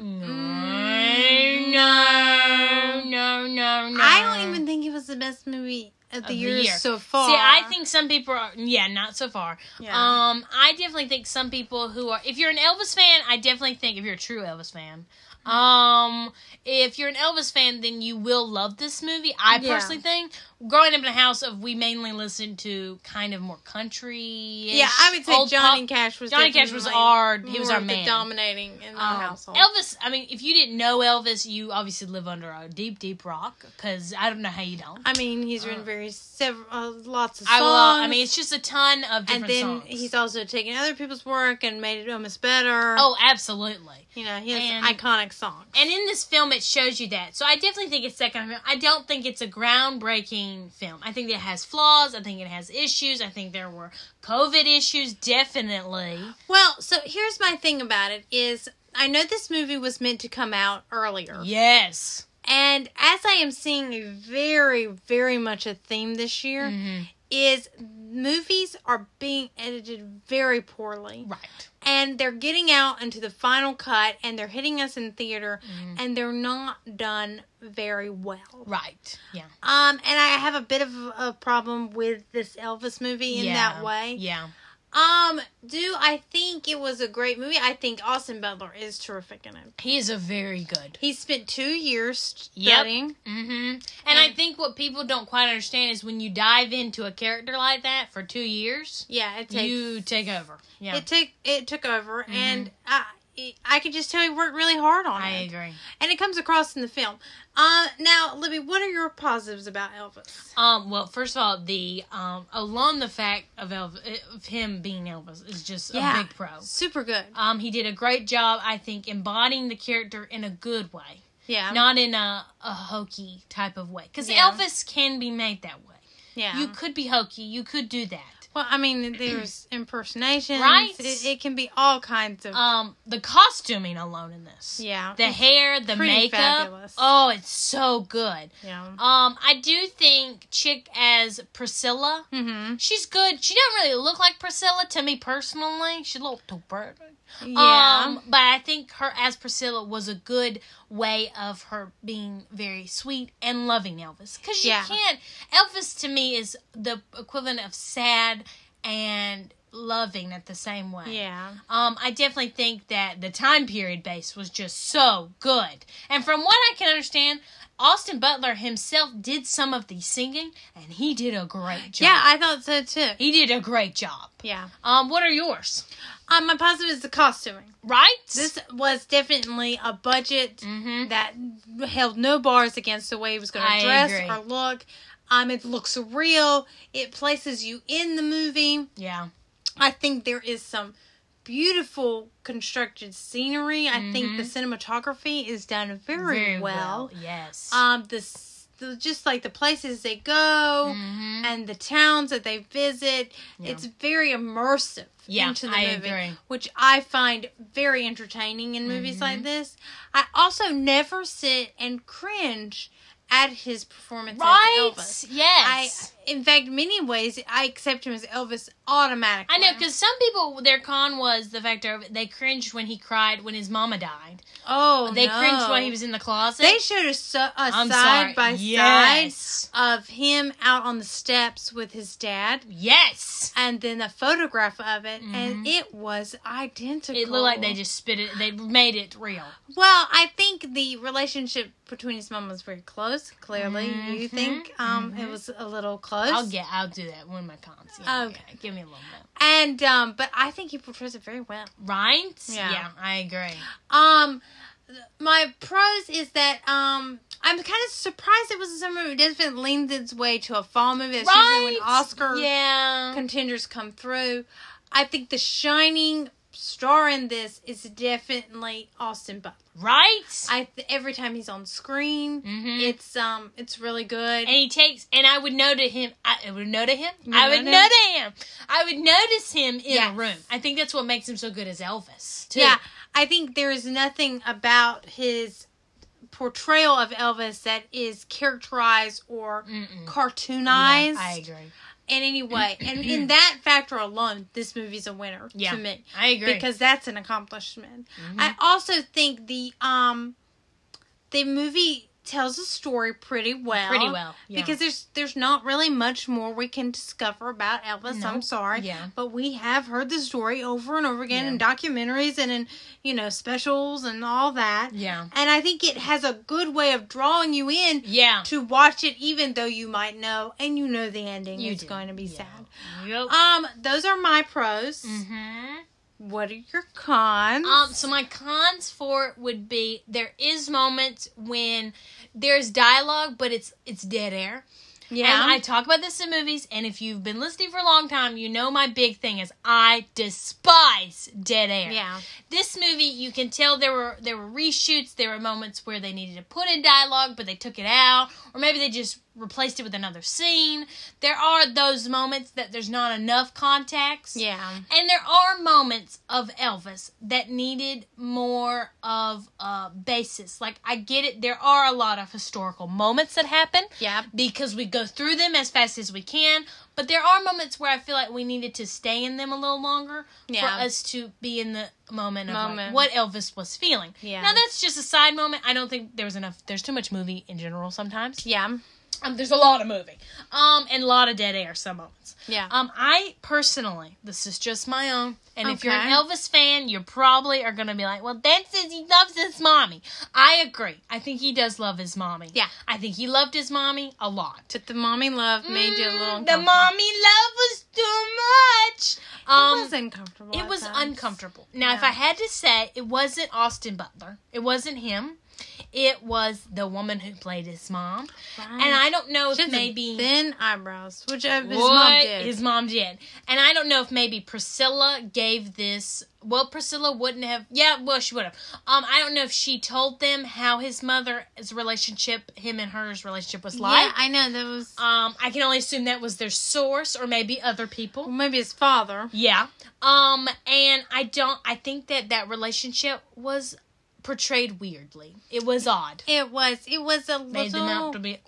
Speaker 1: No, no, no, no.
Speaker 2: I don't even think it was the best movie of the,
Speaker 1: the
Speaker 2: year,
Speaker 1: year.
Speaker 2: so far.
Speaker 1: See, I think some people are. Yeah, not so far.
Speaker 2: Yeah.
Speaker 1: Um, I definitely think some people who are. If you're an Elvis fan, I definitely think if you're a true Elvis fan. Um, if you're an Elvis fan, then you will love this movie. I
Speaker 2: Yeah.
Speaker 1: personally think growing up in a house of we mainly listened to kind of more country.
Speaker 2: yeah, I would say
Speaker 1: old
Speaker 2: Johnny
Speaker 1: pop-
Speaker 2: Cash was
Speaker 1: Johnny Cash was
Speaker 2: definitely
Speaker 1: our he was
Speaker 2: more
Speaker 1: our
Speaker 2: of
Speaker 1: man.
Speaker 2: the dominating in the
Speaker 1: Um,
Speaker 2: household.
Speaker 1: Elvis. I mean, if you didn't know Elvis, you obviously live under a deep, deep rock because I don't know how you don't.
Speaker 2: I mean, he's
Speaker 1: Uh,
Speaker 2: written very several uh, lots of songs.
Speaker 1: I will. I mean, it's just a ton of different
Speaker 2: and then
Speaker 1: songs.
Speaker 2: he's also taken other people's work and made it almost better.
Speaker 1: oh, absolutely.
Speaker 2: you know, he has
Speaker 1: and-
Speaker 2: iconic songs.
Speaker 1: And in this film, it shows you that. So I definitely think it's second. film. I don't think it's a groundbreaking film. I think it has flaws. I think it has issues. I think there were COVID issues, definitely.
Speaker 2: well, so here's my thing about it is I know this movie was meant to come out earlier.
Speaker 1: Yes.
Speaker 2: And as I am seeing very, very much a theme this year,
Speaker 1: Mhm.
Speaker 2: is movies are being edited very poorly.
Speaker 1: Right.
Speaker 2: And they're getting out into the final cut and they're hitting us in theater
Speaker 1: Mm.
Speaker 2: and they're not done very well.
Speaker 1: Right. Yeah.
Speaker 2: Um, and I have a bit of a problem with this Elvis movie in
Speaker 1: yeah.
Speaker 2: that way.
Speaker 1: Yeah.
Speaker 2: Um, do I think it was a great movie? I think Austin Butler is terrific in it.
Speaker 1: He is a very good.
Speaker 2: He spent two years
Speaker 1: Yep.
Speaker 2: studying.
Speaker 1: Mm-hmm. And I think what people don't quite understand is when you dive into a character like that for two years,
Speaker 2: Yeah, it takes
Speaker 1: you take over. Yeah, Mm-hmm.
Speaker 2: It took it took over, and I it- I could just tell he worked really hard on
Speaker 1: I
Speaker 2: it,
Speaker 1: agree.
Speaker 2: and it comes across in the film. Uh, now, Libby, what are your positives about Elvis?
Speaker 1: Um, well, first of all, the um, alone the fact of Elvis, of him being Elvis is just
Speaker 2: Yeah.
Speaker 1: a big pro.
Speaker 2: Super good.
Speaker 1: Um, he did a great job, I think, embodying the character in a good way,
Speaker 2: Yeah,
Speaker 1: not in a, a hokey type of way. Because
Speaker 2: Yeah.
Speaker 1: Elvis can be made that way.
Speaker 2: yeah.
Speaker 1: You could be hokey. You could do that.
Speaker 2: well, I mean,
Speaker 1: *clears throat*
Speaker 2: there's impersonations,
Speaker 1: Right?
Speaker 2: It, it can be all kinds of.
Speaker 1: Um, the costuming alone in this.
Speaker 2: yeah,
Speaker 1: The hair, the
Speaker 2: pretty
Speaker 1: makeup.
Speaker 2: fabulous.
Speaker 1: Oh, it's so good.
Speaker 2: yeah.
Speaker 1: Um, I do think chick as Priscilla,
Speaker 2: Mm-hmm.
Speaker 1: she's good. She doesn't really look like Priscilla to me personally. She's a little too pretty.
Speaker 2: Yeah.
Speaker 1: Um, but I think her as Priscilla was a good way of her being very sweet and loving Elvis. Because you
Speaker 2: Yeah.
Speaker 1: can't. Elvis to me is the equivalent of sad and loving it the same way.
Speaker 2: Yeah.
Speaker 1: Um, I definitely think that the time period base was just so good. And from what I can understand, Austin Butler himself did some of the singing and he did a great job.
Speaker 2: Yeah, I thought so too.
Speaker 1: He did a great job.
Speaker 2: Yeah.
Speaker 1: Um, what are yours?
Speaker 2: Um, my positive is the costuming.
Speaker 1: Right?
Speaker 2: This was definitely a budget
Speaker 1: Mhm.
Speaker 2: that held no bars against the way he was going
Speaker 1: I
Speaker 2: to dress
Speaker 1: agree.
Speaker 2: or look. Um, it looks real. It places you in the movie.
Speaker 1: yeah.
Speaker 2: I think there is some beautiful constructed scenery. I think the
Speaker 1: Mm-hmm.
Speaker 2: cinematography is done very, well.
Speaker 1: Yes.
Speaker 2: Um, the, s- the just like the places they go
Speaker 1: Mhm.
Speaker 2: and the towns that they visit,
Speaker 1: Yeah.
Speaker 2: it's very immersive
Speaker 1: Yeah,
Speaker 2: into the
Speaker 1: I
Speaker 2: movie,
Speaker 1: agree.
Speaker 2: which I find very entertaining in movies
Speaker 1: Mm-hmm.
Speaker 2: like this. I also never sit and cringe at his performance
Speaker 1: right?
Speaker 2: as Elvis. I,
Speaker 1: Yes.
Speaker 2: in fact, many ways, I accept him as Elvis automatically.
Speaker 1: I, know, because some people, their con was the fact of they cringed when he cried when his mama died.
Speaker 2: oh,
Speaker 1: They
Speaker 2: no.
Speaker 1: cringed while he was in the closet.
Speaker 2: They showed a, so, a
Speaker 1: I'm sorry.
Speaker 2: side by
Speaker 1: Yes.
Speaker 2: side of him out on the steps with his dad,
Speaker 1: Yes.
Speaker 2: and then a photograph of it, and it was identical.
Speaker 1: Mm-hmm. It looked like they just spit it. They made it real.
Speaker 2: Well, I think the relationship between his mom was very close. Clearly, you think um, it was a little close.
Speaker 1: Mm-hmm. I'll get. I'll do that when my cons. Yeah,
Speaker 2: Okay.
Speaker 1: yeah. give me a little bit.
Speaker 2: and um, but I think he portrays it very well.
Speaker 1: Right?
Speaker 2: Yeah.
Speaker 1: I agree.
Speaker 2: Um, my pros is that um, I'm kind of surprised it was a summer movie. It doesn't lean its way to a fall movie. That's usually
Speaker 1: Right?
Speaker 2: when Oscar
Speaker 1: Yeah.
Speaker 2: contenders come through. I think the shining star in this is definitely Austin Butler.
Speaker 1: right.
Speaker 2: I th- every time he's on screen,
Speaker 1: Mhm.
Speaker 2: it's um, it's really good.
Speaker 1: and he takes. And I would know to him. I I would know to him.
Speaker 2: You
Speaker 1: I would
Speaker 2: know
Speaker 1: know to him. I would notice him in
Speaker 2: Yes.
Speaker 1: a room. I think that's what makes him so good as Elvis. Too.
Speaker 2: Yeah, I think there is nothing about his portrayal of Elvis that is characterized or
Speaker 1: Mm-mm. Mm.
Speaker 2: cartoonized
Speaker 1: Yeah, I agree.
Speaker 2: in
Speaker 1: *clears throat*
Speaker 2: any way. and in that factor alone, this movie's a winner
Speaker 1: Yeah.
Speaker 2: to me
Speaker 1: I agree. Mm-hmm.
Speaker 2: because that's an accomplishment. I also think the um the movie tells a story pretty well.
Speaker 1: pretty well. Yeah.
Speaker 2: Because there's there's not really much more we can discover about Elvis.
Speaker 1: No.
Speaker 2: I'm sorry,
Speaker 1: Yeah.
Speaker 2: but we have heard the story over and over again in documentaries and in you know specials and all that.
Speaker 1: Yeah.
Speaker 2: and I think it has a good way of drawing you in
Speaker 1: Yeah.
Speaker 2: to watch it, even though you might know and you know the ending
Speaker 1: You
Speaker 2: is
Speaker 1: do.
Speaker 2: going to be
Speaker 1: Yeah.
Speaker 2: sad.
Speaker 1: Yep.
Speaker 2: Um, those are my pros.
Speaker 1: hmm
Speaker 2: What are your cons?
Speaker 1: Um, so my cons for it would be there is moments when there's dialogue, but it's it's dead air.
Speaker 2: yeah,
Speaker 1: And I talk about this in movies, and if you've been listening for a long time, you know my big thing is I despise dead air.
Speaker 2: yeah,
Speaker 1: This movie, you can tell there were there were reshoots, there were moments where they needed to put in dialogue, but they took it out, or maybe they just replaced it with another scene. There are those moments that there's not enough context.
Speaker 2: yeah.
Speaker 1: And there are moments of Elvis that needed more of a basis. Like, I get it, there are a lot of historical moments that happen.
Speaker 2: Yeah.
Speaker 1: Because we go through them as fast as we can. But there are moments where I feel like we needed to stay in them a little longer
Speaker 2: Yeah.
Speaker 1: for us to be in the moment of like,
Speaker 2: Moment.
Speaker 1: what Elvis was feeling.
Speaker 2: Yeah.
Speaker 1: Now, that's just a side moment. I don't think there was enough, there's too much movie in general sometimes.
Speaker 2: Yeah.
Speaker 1: Um, there's a lot of movie. Um, and a lot of dead air some moments.
Speaker 2: Yeah.
Speaker 1: Um, I personally, this is just my own, and if you're an
Speaker 2: Okay.
Speaker 1: Elvis fan, you probably are gonna be like, "Well, Dan says he loves his mommy." I agree. I think he does love his mommy.
Speaker 2: Yeah.
Speaker 1: I think he loved his mommy a lot.
Speaker 2: but the mommy love made you a little
Speaker 1: Mm, the mommy love was too much. Um,
Speaker 2: it was uncomfortable.
Speaker 1: it
Speaker 2: at
Speaker 1: was
Speaker 2: times.
Speaker 1: uncomfortable. Now, if
Speaker 2: Yeah.
Speaker 1: I had to say, it wasn't Austin Butler. It wasn't him. It was the woman who played his mom.
Speaker 2: Right.
Speaker 1: And I don't know if
Speaker 2: Mm. She has
Speaker 1: maybe
Speaker 2: thin eyebrows, which uh, his
Speaker 1: what
Speaker 2: mom did.
Speaker 1: His mom did. And I don't know if maybe Priscilla gave this. Well, Priscilla wouldn't have. Yeah, well, she would have. Um, I don't know if she told them how his mother's relationship, him and hers relationship, was like.
Speaker 2: yeah, I know that was
Speaker 1: um, I can only assume that was their source, or maybe other people.
Speaker 2: well, maybe his father.
Speaker 1: Yeah. Um and I don't I think that that relationship was portrayed weirdly. It was odd.
Speaker 2: It was. It was a
Speaker 1: Made them out to
Speaker 2: little.
Speaker 1: be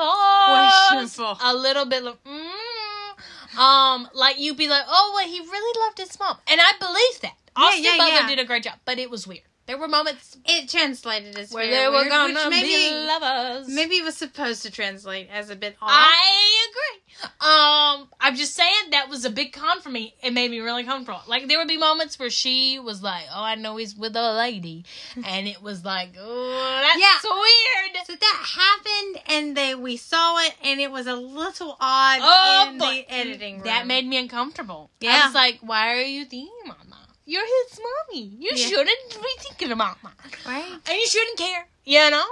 Speaker 1: lovers.
Speaker 2: Questionable.
Speaker 1: A little bit like mm. um like you'd be like, "Oh, well he really loved his mom." And I believe that. Austin
Speaker 2: yeah,
Speaker 1: Butler
Speaker 2: yeah.
Speaker 1: did a great job, but it was weird. There were moments
Speaker 2: It translated as
Speaker 1: where
Speaker 2: very
Speaker 1: they were
Speaker 2: weird,
Speaker 1: going
Speaker 2: which
Speaker 1: to
Speaker 2: maybe
Speaker 1: be lovers.
Speaker 2: maybe it was supposed to translate as a bit off.
Speaker 1: I agree. Um, I'm just saying that was a big con for me. It made me really comfortable. Like there would be moments where she was like, "Oh, I know he's with a lady," and it was like, "Oh, that's
Speaker 2: Yeah.
Speaker 1: weird."
Speaker 2: So that happened, and they we saw it, and it was a little odd
Speaker 1: Oh,
Speaker 2: in
Speaker 1: but
Speaker 2: the editing room.
Speaker 1: That made me uncomfortable. I
Speaker 2: Yeah.
Speaker 1: was like, "Why are you thinking about that? You're his mommy. You
Speaker 2: Yeah.
Speaker 1: shouldn't be thinking about that,
Speaker 2: right.
Speaker 1: and you shouldn't care." You know.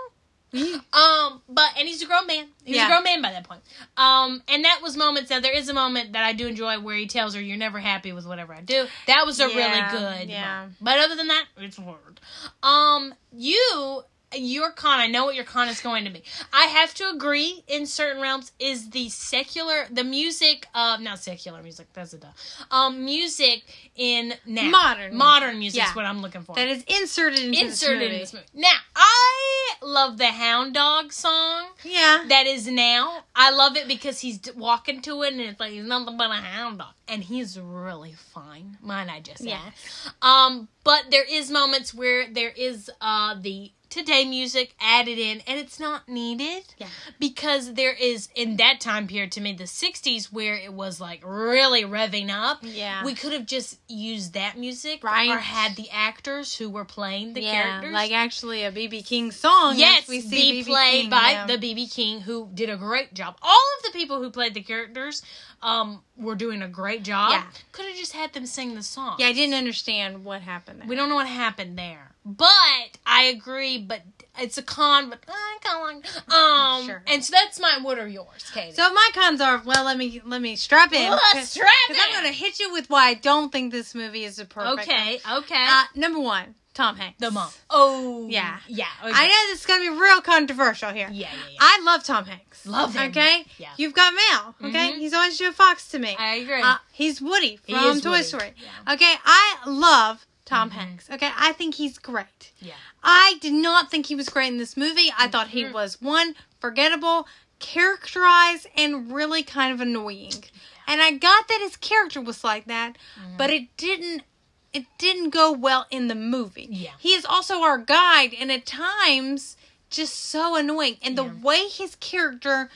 Speaker 1: Um, but and he's a grown man. He's a
Speaker 2: Yeah.
Speaker 1: grown man by that point. Um, and that was moments. Now there is a moment that I do enjoy where he tells her, "You're never happy with whatever I do." That was a
Speaker 2: Yeah,
Speaker 1: really good.
Speaker 2: yeah.
Speaker 1: moment. But other than that, it's hard. Um, you, your con. I know what your con is going to be. I have to agree. In certain realms, is the secular, the music of not secular music. That's a duh. Um, music in now
Speaker 2: Modern.
Speaker 1: modern music
Speaker 2: Yeah.
Speaker 1: is what I'm looking for
Speaker 2: That is inserted into
Speaker 1: inserted in
Speaker 2: this movie.
Speaker 1: this movie. Now, I love the Hound Dog song
Speaker 2: Yeah.
Speaker 1: that is now. I love it because he's d- walking to it and it's like he's nothing but a hound dog, and he's really fine. Mine, I just yeah.
Speaker 2: yeah.
Speaker 1: Um, but there is moments where there is uh the today music added in, and it's not needed
Speaker 2: Yeah.
Speaker 1: because there is in that time period to me the 60s where it was like really revving up
Speaker 2: Yeah.
Speaker 1: we could have just used that music
Speaker 2: Right.
Speaker 1: or had the actors who were playing the
Speaker 2: yeah,
Speaker 1: characters
Speaker 2: like actually a BB King song.
Speaker 1: yes
Speaker 2: Oh, we see
Speaker 1: be
Speaker 2: BB
Speaker 1: played
Speaker 2: King,
Speaker 1: by
Speaker 2: yeah.
Speaker 1: the bb king who did a great job all of the people who played the characters um were doing a great job
Speaker 2: Yeah.
Speaker 1: could have just had them sing the song
Speaker 2: Yeah, I didn't understand what happened there.
Speaker 1: we don't know what happened there, but I agree. But it's a con. But uh, con. um,
Speaker 2: Sure.
Speaker 1: and so that's mine. What are yours, Katie?
Speaker 2: so my cons are well. Let me let me strap in.
Speaker 1: Let's strap
Speaker 2: Because I'm
Speaker 1: in.
Speaker 2: gonna hit you with why I don't think this movie is a perfect.
Speaker 1: okay, okay.
Speaker 2: Uh, number one, Tom Hanks.
Speaker 1: the mom. Oh,
Speaker 2: Yeah.
Speaker 1: yeah. okay.
Speaker 2: I know this is gonna be real controversial here.
Speaker 1: Yeah, yeah, yeah.
Speaker 2: I love Tom Hanks.
Speaker 1: Love him.
Speaker 2: Okay.
Speaker 1: Yeah.
Speaker 2: You've got mail. Okay.
Speaker 1: Mhm.
Speaker 2: He's always Joe Fox to me.
Speaker 1: I agree.
Speaker 2: Uh, he's Woody
Speaker 1: He
Speaker 2: from
Speaker 1: is
Speaker 2: Toy
Speaker 1: Woody.
Speaker 2: Story.
Speaker 1: Yeah.
Speaker 2: Okay. I love Tom
Speaker 1: Mhm.
Speaker 2: Hanks. Okay. I think he's great.
Speaker 1: yeah.
Speaker 2: I did not think he was great in this movie. I thought he
Speaker 1: Mhm.
Speaker 2: was one forgettable, characterized, and really kind of annoying. And I got that his character was like that,
Speaker 1: Mm-hmm.
Speaker 2: but it didn't it didn't go well in the movie.
Speaker 1: Yeah.
Speaker 2: He is also our guide and at times just so annoying. And the
Speaker 1: Yeah.
Speaker 2: way his character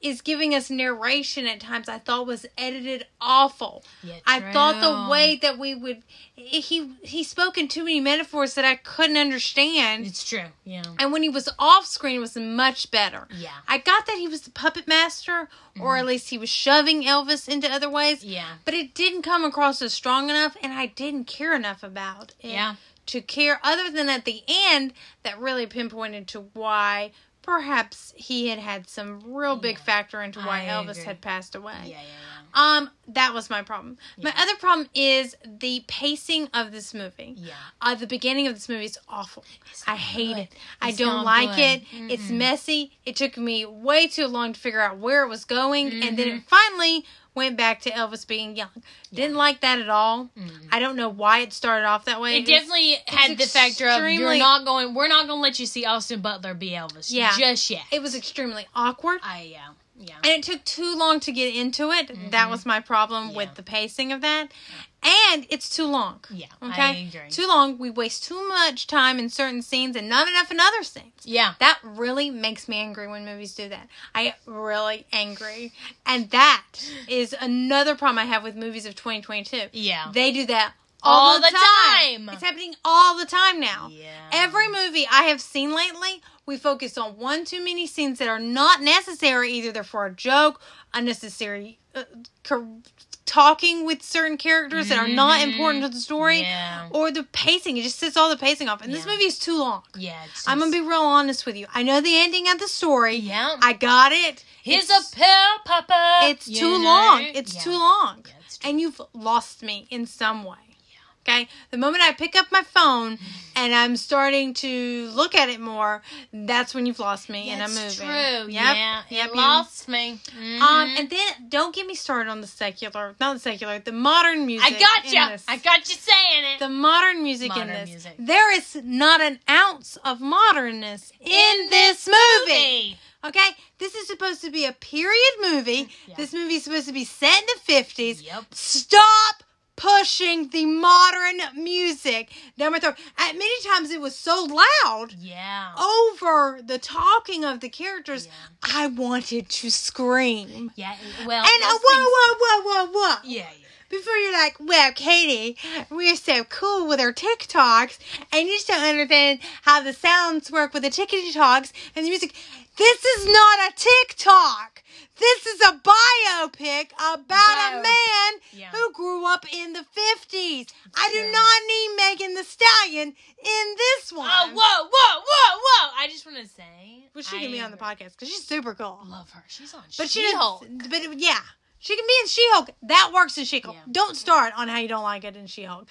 Speaker 2: is giving us narration at times I thought was edited awful.
Speaker 1: yeah
Speaker 2: I thought the
Speaker 1: true.
Speaker 2: way that we would he he spoke in too many metaphors that I couldn't understand.
Speaker 1: it's true. Yeah.
Speaker 2: And when he was off screen it was much better.
Speaker 1: Yeah.
Speaker 2: I got that he was the puppet master or at least he was shoving Elvis into other ways,
Speaker 1: Mm-hmm. Yeah.
Speaker 2: but it didn't come across as strong enough and I didn't care enough about it
Speaker 1: Yeah.
Speaker 2: to care other than at the end that really pinpointed to why perhaps he had had some real big
Speaker 1: Yeah.
Speaker 2: factor into why
Speaker 1: I
Speaker 2: Elvis
Speaker 1: agree.
Speaker 2: had passed away.
Speaker 1: Yeah. Yeah.
Speaker 2: Um, that was my problem.
Speaker 1: Yeah.
Speaker 2: My other problem is the pacing of this movie.
Speaker 1: Yeah.
Speaker 2: Uh, the beginning of this movie is awful. I
Speaker 1: not
Speaker 2: hate
Speaker 1: good.
Speaker 2: it. I
Speaker 1: It's
Speaker 2: don't
Speaker 1: not
Speaker 2: like
Speaker 1: good.
Speaker 2: it. It's messy. It took me way too long to figure out where it was going, and then
Speaker 1: Mm-hmm.
Speaker 2: it finally went back to Elvis being young. Didn't like that at all. I don't know why it started off that way.
Speaker 1: It definitely had the factor of you're
Speaker 2: extremely-
Speaker 1: not going. We're not going to let you see Austin Butler be Elvis.
Speaker 2: Yeah.
Speaker 1: Just yet.
Speaker 2: It was extremely awkward.
Speaker 1: I yeah. Yeah.
Speaker 2: and it took too long to get into it. That was my problem
Speaker 1: Mm-hmm. Yeah.
Speaker 2: with the pacing of that. And it's too long.
Speaker 1: yeah.
Speaker 2: Okay.
Speaker 1: I agree.
Speaker 2: Too long. We waste too much time in certain scenes and not enough in other scenes.
Speaker 1: yeah.
Speaker 2: That really makes me angry when movies do that. I get really angry. And that is another problem I have with movies of 2022.
Speaker 1: Yeah.
Speaker 2: They do that
Speaker 1: All
Speaker 2: all,
Speaker 1: the
Speaker 2: the time.
Speaker 1: time.
Speaker 2: It's happening all the time now.
Speaker 1: Yeah.
Speaker 2: Every movie I have seen lately, we focus on one too many scenes that are not necessary. Either they're for a joke, unnecessary uh, co- talking with certain characters that are not important to the story,
Speaker 1: Yeah.
Speaker 2: or the pacing. It just sets all the pacing off. And this
Speaker 1: Yeah.
Speaker 2: movie is too long.
Speaker 1: Yeah. It's
Speaker 2: I'm gonna
Speaker 1: just-
Speaker 2: be real honest with you. I know the ending of the story.
Speaker 1: Yeah.
Speaker 2: I got it.
Speaker 1: He's
Speaker 2: It's-
Speaker 1: a pill popper.
Speaker 2: It's
Speaker 1: you
Speaker 2: too
Speaker 1: know?
Speaker 2: long. It's
Speaker 1: Yeah.
Speaker 2: too long.
Speaker 1: Yeah, it's
Speaker 2: and you've lost me in some way. Okay? The moment I pick up my phone
Speaker 1: Mm-hmm.
Speaker 2: and I'm starting to look at it more, that's when you've lost me and I'm moving.
Speaker 1: That's True.
Speaker 2: Yep.
Speaker 1: Yeah.
Speaker 2: Yep.
Speaker 1: It
Speaker 2: yep.
Speaker 1: lost me. Mhm.
Speaker 2: Um, and then don't get me started on the secular, not the secular, the modern
Speaker 1: I
Speaker 2: music.
Speaker 1: got
Speaker 2: in
Speaker 1: you.
Speaker 2: this.
Speaker 1: I got you saying it.
Speaker 2: the modern music
Speaker 1: Modern
Speaker 2: in this.
Speaker 1: music.
Speaker 2: There is not an ounce of modernness in, this movie.
Speaker 1: Movie.
Speaker 2: Okay, this is supposed to be a period movie.
Speaker 1: Mm, Yeah.
Speaker 2: This movie is supposed to be set in the fifties.
Speaker 1: Yep.
Speaker 2: Stop pushing the modern music down my throat. At many times it was so loud
Speaker 1: Yeah.
Speaker 2: Oh, over the talking of the characters,
Speaker 1: Yeah.
Speaker 2: I wanted to scream.
Speaker 1: Yeah. it- Well.
Speaker 2: And uh,
Speaker 1: those
Speaker 2: whoa,
Speaker 1: things-
Speaker 2: whoa, whoa, whoa, whoa!
Speaker 1: Yeah. yeah.
Speaker 2: Before you're like, well, Katie, we're so cool with our TikToks, and you just don't understand how the sounds work with the TikToks and the music. This is not a TikTok. This is a biopic about a
Speaker 1: Bio-
Speaker 2: man
Speaker 1: Yeah.
Speaker 2: who grew up in the 50s. I do
Speaker 1: Sure.
Speaker 2: not need Megan the Stallion in this one.
Speaker 1: Oh, whoa, whoa, whoa, whoa! I just want to say,
Speaker 2: Well, she
Speaker 1: I
Speaker 2: can be on the podcast because she's super cool.
Speaker 1: Love her. She's on.
Speaker 2: But she
Speaker 1: She-Hulk.
Speaker 2: doesn't. But it- yeah, she can be in She Hulk. That works in She Hulk.
Speaker 1: Yeah.
Speaker 2: Don't start on how you don't like it in She Hulk.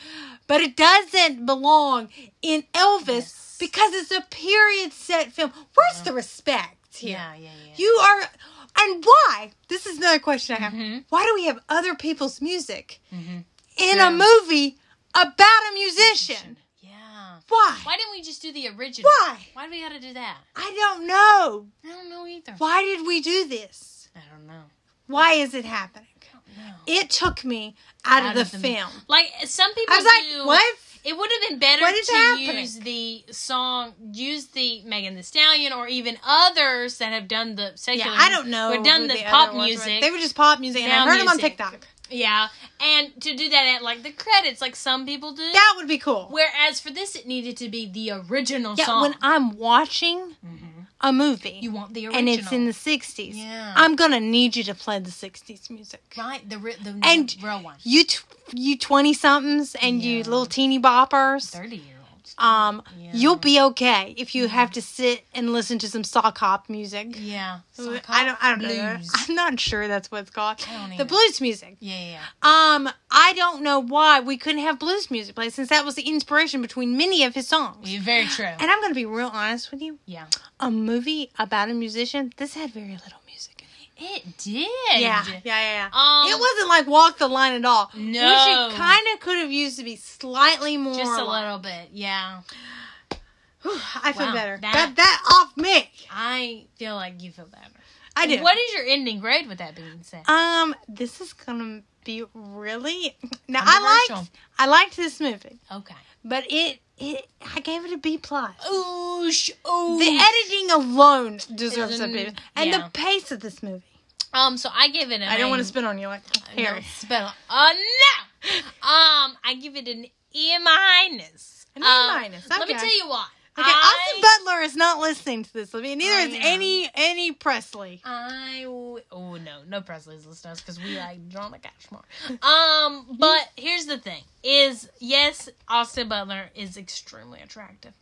Speaker 2: But it doesn't belong in Elvis
Speaker 1: Yes.
Speaker 2: because it's a period set film. Where's the respect here?
Speaker 1: Yeah, yeah, yeah.
Speaker 2: You are. And why? This is another question I have.
Speaker 1: Mhm.
Speaker 2: Why do we have other people's music
Speaker 1: Mhm.
Speaker 2: in
Speaker 1: Yeah.
Speaker 2: a movie about a musician?
Speaker 1: yeah.
Speaker 2: Why?
Speaker 1: Why didn't we just do the original?
Speaker 2: Why?
Speaker 1: Why do we gotta do that?
Speaker 2: I don't know.
Speaker 1: I don't know either.
Speaker 2: Why did we do this?
Speaker 1: I don't know.
Speaker 2: Why is it happening?
Speaker 1: I don't know.
Speaker 2: It took me out, of the, film.
Speaker 1: Like some people
Speaker 2: I was like,
Speaker 1: do.
Speaker 2: what?
Speaker 1: It would have been better
Speaker 2: What is
Speaker 1: to
Speaker 2: happening?
Speaker 1: use the song, use the Megan the Stallion, or even others that have done the
Speaker 2: Yeah,
Speaker 1: secular.
Speaker 2: I don't know.
Speaker 1: We've done
Speaker 2: who
Speaker 1: the,
Speaker 2: other
Speaker 1: pop
Speaker 2: ones were.
Speaker 1: music.
Speaker 2: They were just pop music, and I
Speaker 1: Now
Speaker 2: heard them on
Speaker 1: music.
Speaker 2: TikTok.
Speaker 1: yeah, and to do that at like the credits, like some people do.
Speaker 2: That would be cool.
Speaker 1: Whereas for this, it needed to be the original
Speaker 2: yeah,
Speaker 1: song. Mm-hmm.
Speaker 2: when I'm watching a movie
Speaker 1: you want the original,
Speaker 2: and it's in the Um, '60s,
Speaker 1: Yeah.
Speaker 2: I'm gonna need you to play the '60s music.
Speaker 1: right the re- the
Speaker 2: And
Speaker 1: real one,
Speaker 2: You, t- you twenty somethings, and you
Speaker 1: Yeah.
Speaker 2: little teeny boppers.
Speaker 1: thirty year olds.
Speaker 2: Um,
Speaker 1: Yeah.
Speaker 2: you'll be okay if you have to sit and listen to some sock hop music.
Speaker 1: Yeah, Song
Speaker 2: I don't. I don't
Speaker 1: Blues.
Speaker 2: know. I'm not sure that's what it's called.
Speaker 1: I don't
Speaker 2: The
Speaker 1: either.
Speaker 2: blues music.
Speaker 1: Yeah, yeah, yeah.
Speaker 2: Um, I don't know why we couldn't have blues music played since that was the inspiration between many of his songs.
Speaker 1: Yeah, very true.
Speaker 2: And I'm gonna be real honest with you.
Speaker 1: yeah,
Speaker 2: A movie about a musician, this had very little music.
Speaker 1: it did.
Speaker 2: In it. Yeah, yeah, yeah. yeah.
Speaker 1: Um,
Speaker 2: it wasn't like walk the line at all.
Speaker 1: No.
Speaker 2: which it kind of could have used to be slightly more.
Speaker 1: just a
Speaker 2: like-
Speaker 1: little bit. Yeah,
Speaker 2: Whew, *sighs* I feel
Speaker 1: Wow,
Speaker 2: better.
Speaker 1: that-
Speaker 2: Got that off me.
Speaker 1: I feel like you feel better.
Speaker 2: I did.
Speaker 1: What is your ending grade? With that being said,
Speaker 2: Um, this is gonna be really. Now I liked.
Speaker 1: Controversial.
Speaker 2: I liked this movie,
Speaker 1: okay.
Speaker 2: but it. It. I gave it a B plus.
Speaker 1: Oosh, oosh.
Speaker 2: The editing alone deserves a
Speaker 1: Isn't-
Speaker 2: bit, and
Speaker 1: yeah.
Speaker 2: the pace of this movie.
Speaker 1: um, so I give it. I
Speaker 2: I don't want to spin on you like
Speaker 1: No,
Speaker 2: Harry.
Speaker 1: spell. Oh no. Um, I give it an E minus.
Speaker 2: An E
Speaker 1: Um,
Speaker 2: minus,
Speaker 1: Let me
Speaker 2: okay.
Speaker 1: tell you why.
Speaker 2: Okay, Austin
Speaker 1: I,
Speaker 2: Butler is not listening to this, Olivia. Neither
Speaker 1: I
Speaker 2: is
Speaker 1: am.
Speaker 2: any any Presley.
Speaker 1: I w- oh no, no Presley's listeners because we like drama cash more. Um, but here's the thing: is yes, Austin Butler is extremely attractive.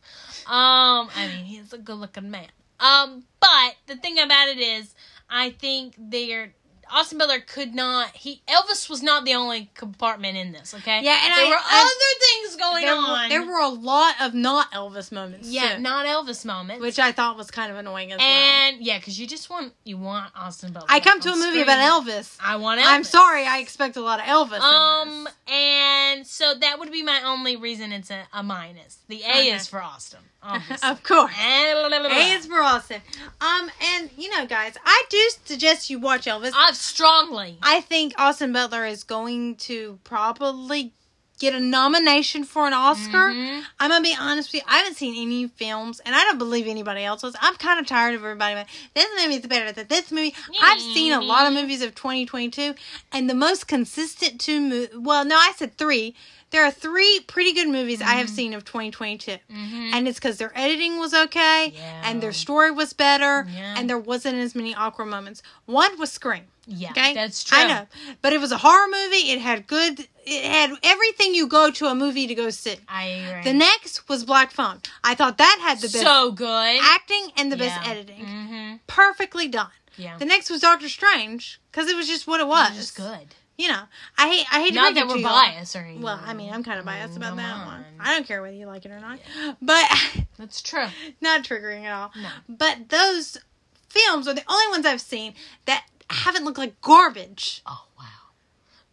Speaker 1: Um, I mean he's a good-looking man. Um, but the thing about it is, I think they're. Austin Butler could not. He Elvis was not the only compartment in this. Okay.
Speaker 2: Yeah, and
Speaker 1: there
Speaker 2: I-
Speaker 1: were
Speaker 2: I-
Speaker 1: other things going
Speaker 2: There were,
Speaker 1: on.
Speaker 2: there were a lot of not Elvis moments.
Speaker 1: yeah,
Speaker 2: too,
Speaker 1: not Elvis moments.
Speaker 2: which I thought was kind of annoying as well.
Speaker 1: and yeah, because you just want you want Austin Butler.
Speaker 2: I come
Speaker 1: back
Speaker 2: to a
Speaker 1: on
Speaker 2: movie
Speaker 1: screen.
Speaker 2: about Elvis.
Speaker 1: I want Elvis.
Speaker 2: I'm sorry, I expect a lot of Elvis. in
Speaker 1: Um,
Speaker 2: this.
Speaker 1: and so that would be my only reason it's a, a minus. The A
Speaker 2: *laughs* Okay.
Speaker 1: is for Austin, obviously.
Speaker 2: of course.
Speaker 1: And blah, blah, blah, blah.
Speaker 2: A
Speaker 1: *laughs*
Speaker 2: is for Austin. Um, and you know, guys, I do suggest you watch Elvis.
Speaker 1: I've strongly.
Speaker 2: I think Austin Butler is going to probably get a nomination for an Oscar.
Speaker 1: Mhm.
Speaker 2: I'm gonna be honest with you. I haven't seen any films, and I don't believe anybody else was. I'm kind of tired of everybody. But this movie's better than this movie. I've seen a lot of movies of 2022, and the most consistent two. Mo- well, no, I said three. There are three pretty good movies I have seen of 2022,
Speaker 1: Mhm.
Speaker 2: and it's because their editing was okay,
Speaker 1: Yeah. Mm-hmm.
Speaker 2: and their story was better,
Speaker 1: Yeah.
Speaker 2: and there wasn't as many awkward moments. One was Scream.
Speaker 1: Yeah,
Speaker 2: Okay,
Speaker 1: that's true.
Speaker 2: I know, but it was a horror movie. It had good. It had everything you go to a movie to go see.
Speaker 1: I agree.
Speaker 2: The next was Black Phone. I thought that had the best
Speaker 1: so good.
Speaker 2: acting and the best
Speaker 1: Yeah.
Speaker 2: editing.
Speaker 1: Mhm.
Speaker 2: Perfectly done.
Speaker 1: Yeah,
Speaker 2: The next was Doctor Strange because it was just what it was.
Speaker 1: It's just good.
Speaker 2: You know, I hate. I hate
Speaker 1: Not
Speaker 2: to break
Speaker 1: that
Speaker 2: it to
Speaker 1: we're
Speaker 2: you.
Speaker 1: biased or anything.
Speaker 2: Well, I mean, I'm kind of biased about
Speaker 1: Come
Speaker 2: that
Speaker 1: on.
Speaker 2: one. I don't care whether you like it or not, but *laughs*
Speaker 1: that's true.
Speaker 2: not triggering at all.
Speaker 1: No.
Speaker 2: But those films are the only ones I've seen that haven't looked like garbage
Speaker 1: Oh wow.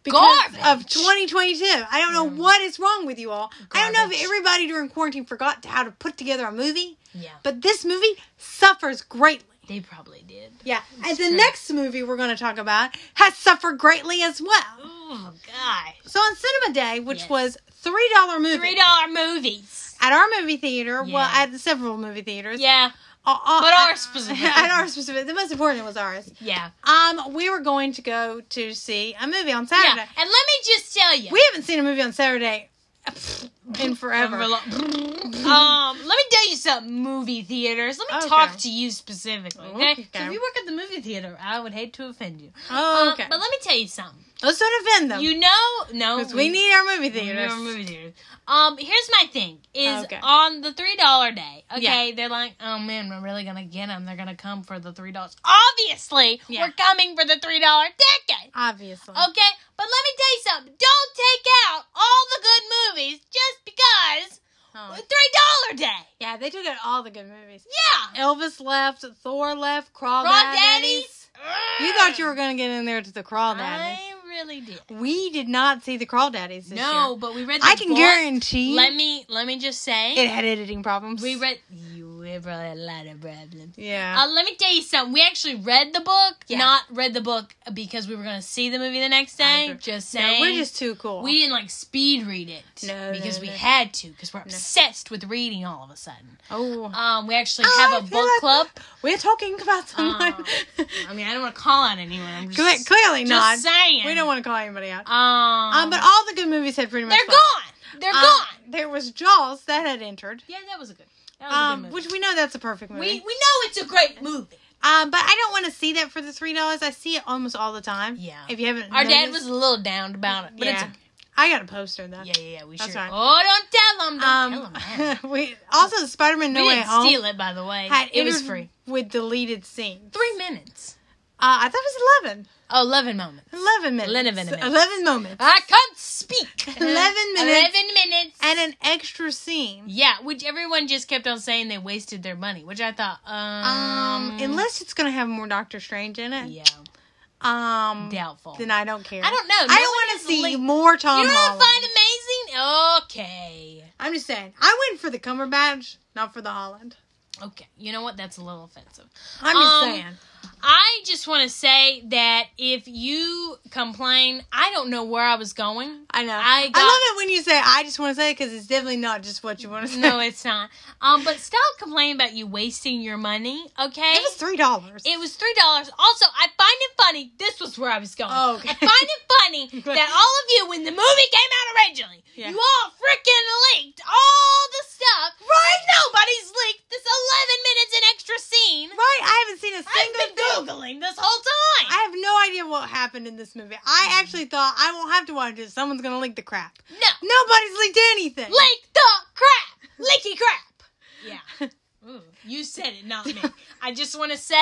Speaker 2: because of
Speaker 1: Garbage.
Speaker 2: 2022. I don't know what is wrong with you all. I don't know if
Speaker 1: Garbage.
Speaker 2: everybody during quarantine forgot how to put together a movie,
Speaker 1: Yeah.
Speaker 2: but this movie suffers greatly.
Speaker 1: They probably did.
Speaker 2: Yeah. and the
Speaker 1: true.
Speaker 2: next movie we're going to talk about has suffered greatly as well.
Speaker 1: Oh, God.
Speaker 2: So on Cinema Day, which
Speaker 1: Yes.
Speaker 2: was $3 movie.
Speaker 1: $3 movies.
Speaker 2: At our movie theater, well,
Speaker 1: Yeah.
Speaker 2: at several movie theaters.
Speaker 1: Yeah.
Speaker 2: Uh, uh,
Speaker 1: But
Speaker 2: at-
Speaker 1: ours specifically.
Speaker 2: *laughs* at our specific, the most important was ours.
Speaker 1: Yeah.
Speaker 2: Um, we were going to go to see a movie on
Speaker 1: Yeah.
Speaker 2: Saturday.
Speaker 1: And let me just tell you.
Speaker 2: We haven't seen a movie on Saturday
Speaker 1: *laughs*
Speaker 2: in forever. *laughs*
Speaker 1: um, let me tell you something, movie theaters. Let me
Speaker 2: Okay.
Speaker 1: talk to you specifically, okay?
Speaker 2: Okay.
Speaker 1: 'Cause If you work at the movie theater, I would hate to offend you.
Speaker 2: Oh,
Speaker 1: Um,
Speaker 2: okay.
Speaker 1: but let me tell you something.
Speaker 2: Let's not offend them.
Speaker 1: You know, no,
Speaker 2: because we need our movie
Speaker 1: we need
Speaker 2: theaters.
Speaker 1: our movie theaters. Um, here's my thing: is
Speaker 2: Okay.
Speaker 1: on the three dollar day. Okay, they're like, oh man, we're really gonna get them. They're gonna come for the three dollars. Obviously,
Speaker 2: Yeah.
Speaker 1: we're coming for the three dollar ticket.
Speaker 2: Obviously.
Speaker 1: Okay, but let me tell you something. Don't take out all the good movies just because
Speaker 2: Oh.
Speaker 1: three dollar day.
Speaker 2: Yeah, they took out all the good movies.
Speaker 1: Yeah.
Speaker 2: Elvis left, Thor left, Crawl
Speaker 1: Crawdaddies?
Speaker 2: Daddies. You thought you were going to get in there to the Crawl Daddies.
Speaker 1: Mm. I really did.
Speaker 2: We did not see the Crawl Daddies this
Speaker 1: No,
Speaker 2: year.
Speaker 1: but we read. The
Speaker 2: I can
Speaker 1: book.
Speaker 2: guarantee
Speaker 1: Let me let me just say
Speaker 2: it had editing problems.
Speaker 1: we read. You ever had a lot of problems.
Speaker 2: Yeah.
Speaker 1: Uh, let me tell you something. We actually read the book,
Speaker 2: Yeah.
Speaker 1: not read the book because we were going to see the movie the next day.
Speaker 2: agree.
Speaker 1: Just
Speaker 2: no,
Speaker 1: saying,
Speaker 2: we're just too cool.
Speaker 1: we didn't like speed read it
Speaker 2: No,
Speaker 1: because
Speaker 2: no,
Speaker 1: we
Speaker 2: no.
Speaker 1: had to because we're obsessed with reading all of a sudden.
Speaker 2: oh.
Speaker 1: Um, we actually
Speaker 2: Oh, I
Speaker 1: have a
Speaker 2: feel
Speaker 1: book
Speaker 2: like-
Speaker 1: club.
Speaker 2: We're talking about *laughs* someone.
Speaker 1: I mean, I don't want to call on anyone. I'm uh, just,
Speaker 2: Cle- Clearly
Speaker 1: just
Speaker 2: not.
Speaker 1: saying.
Speaker 2: We don't want to call anybody out.
Speaker 1: Um,
Speaker 2: Um, but all the good movies had pretty much.
Speaker 1: they're
Speaker 2: gone.
Speaker 1: gone.
Speaker 2: Um,
Speaker 1: They're gone.
Speaker 2: There was Jaws that had entered,
Speaker 1: Yeah, that was a good. That was a
Speaker 2: um,
Speaker 1: good movie.
Speaker 2: which we know that's a perfect movie.
Speaker 1: we we know it's a great movie.
Speaker 2: um, but I don't want to see that for the three dollars. I see it almost all the time.
Speaker 1: Yeah.
Speaker 2: If you haven't,
Speaker 1: Our dad was
Speaker 2: noticed.
Speaker 1: a little down about it, but
Speaker 2: yeah.
Speaker 1: it's
Speaker 2: I got a poster though.
Speaker 1: okay. Yeah, yeah, yeah. We
Speaker 2: That's
Speaker 1: sure.
Speaker 2: right.
Speaker 1: Oh, don't tell him. Don't tell him.
Speaker 2: Um, *laughs*
Speaker 1: That.
Speaker 2: we also Spider Man
Speaker 1: We
Speaker 2: No Way
Speaker 1: didn't
Speaker 2: Home
Speaker 1: steal it, by the way.
Speaker 2: had
Speaker 1: it was
Speaker 2: entered
Speaker 1: free.
Speaker 2: with deleted scenes.
Speaker 1: Three minutes.
Speaker 2: Uh, I thought it was 11.
Speaker 1: Oh, 11 moments.
Speaker 2: 11 minutes.
Speaker 1: 11 minutes. Ah.
Speaker 2: 11 moments.
Speaker 1: I can't *laughs* speak.
Speaker 2: 11 minutes.
Speaker 1: 11 minutes.
Speaker 2: and an extra scene.
Speaker 1: yeah, which everyone just kept on saying they wasted their money, which I thought, um,
Speaker 2: Um, unless it's gonna have more Doctor Strange in it.
Speaker 1: yeah,
Speaker 2: Um,
Speaker 1: doubtful.
Speaker 2: then I don't care.
Speaker 1: I don't know.
Speaker 2: I
Speaker 1: No
Speaker 2: don't want
Speaker 1: one
Speaker 2: to
Speaker 1: is
Speaker 2: see
Speaker 1: linked.
Speaker 2: more Tom
Speaker 1: you know
Speaker 2: Holland.
Speaker 1: what I find amazing? Okay.
Speaker 2: I'm just saying. I went for the Cumberbatch, not for the Holland.
Speaker 1: Okay, you know what? That's a little offensive.
Speaker 2: I'm just
Speaker 1: Um,
Speaker 2: saying.
Speaker 1: I just want to say that if you complain, I don't know where I was going.
Speaker 2: I know.
Speaker 1: I got-
Speaker 2: love it when you say I just want to say it because it's definitely not just what you want to say. *laughs*
Speaker 1: No, it's not. Um, but stop complaining about you wasting your money. Okay,
Speaker 2: it was three dollars.
Speaker 1: It was three dollars. Also, I find it funny. This was where I was going.
Speaker 2: Oh, okay.
Speaker 1: I find it funny *laughs* that all of you, when the movie came out originally,
Speaker 2: Yeah.
Speaker 1: you all freaking leaked all the stuff. Right. Nobody's leaked this eleven minutes and extra scene.
Speaker 2: Right? I haven't seen a
Speaker 1: I've
Speaker 2: single
Speaker 1: been
Speaker 2: thing.
Speaker 1: googling this whole time.
Speaker 2: I have no idea what happened in this movie.
Speaker 1: Mm-hmm.
Speaker 2: I actually thought I won't have to watch it. Someone's gonna leak the crap.
Speaker 1: no,
Speaker 2: Nobody's leaked anything.
Speaker 1: leak the crap, *laughs* leaky crap. *laughs* Yeah. Ooh, you said it, not *laughs* me. I just want to say,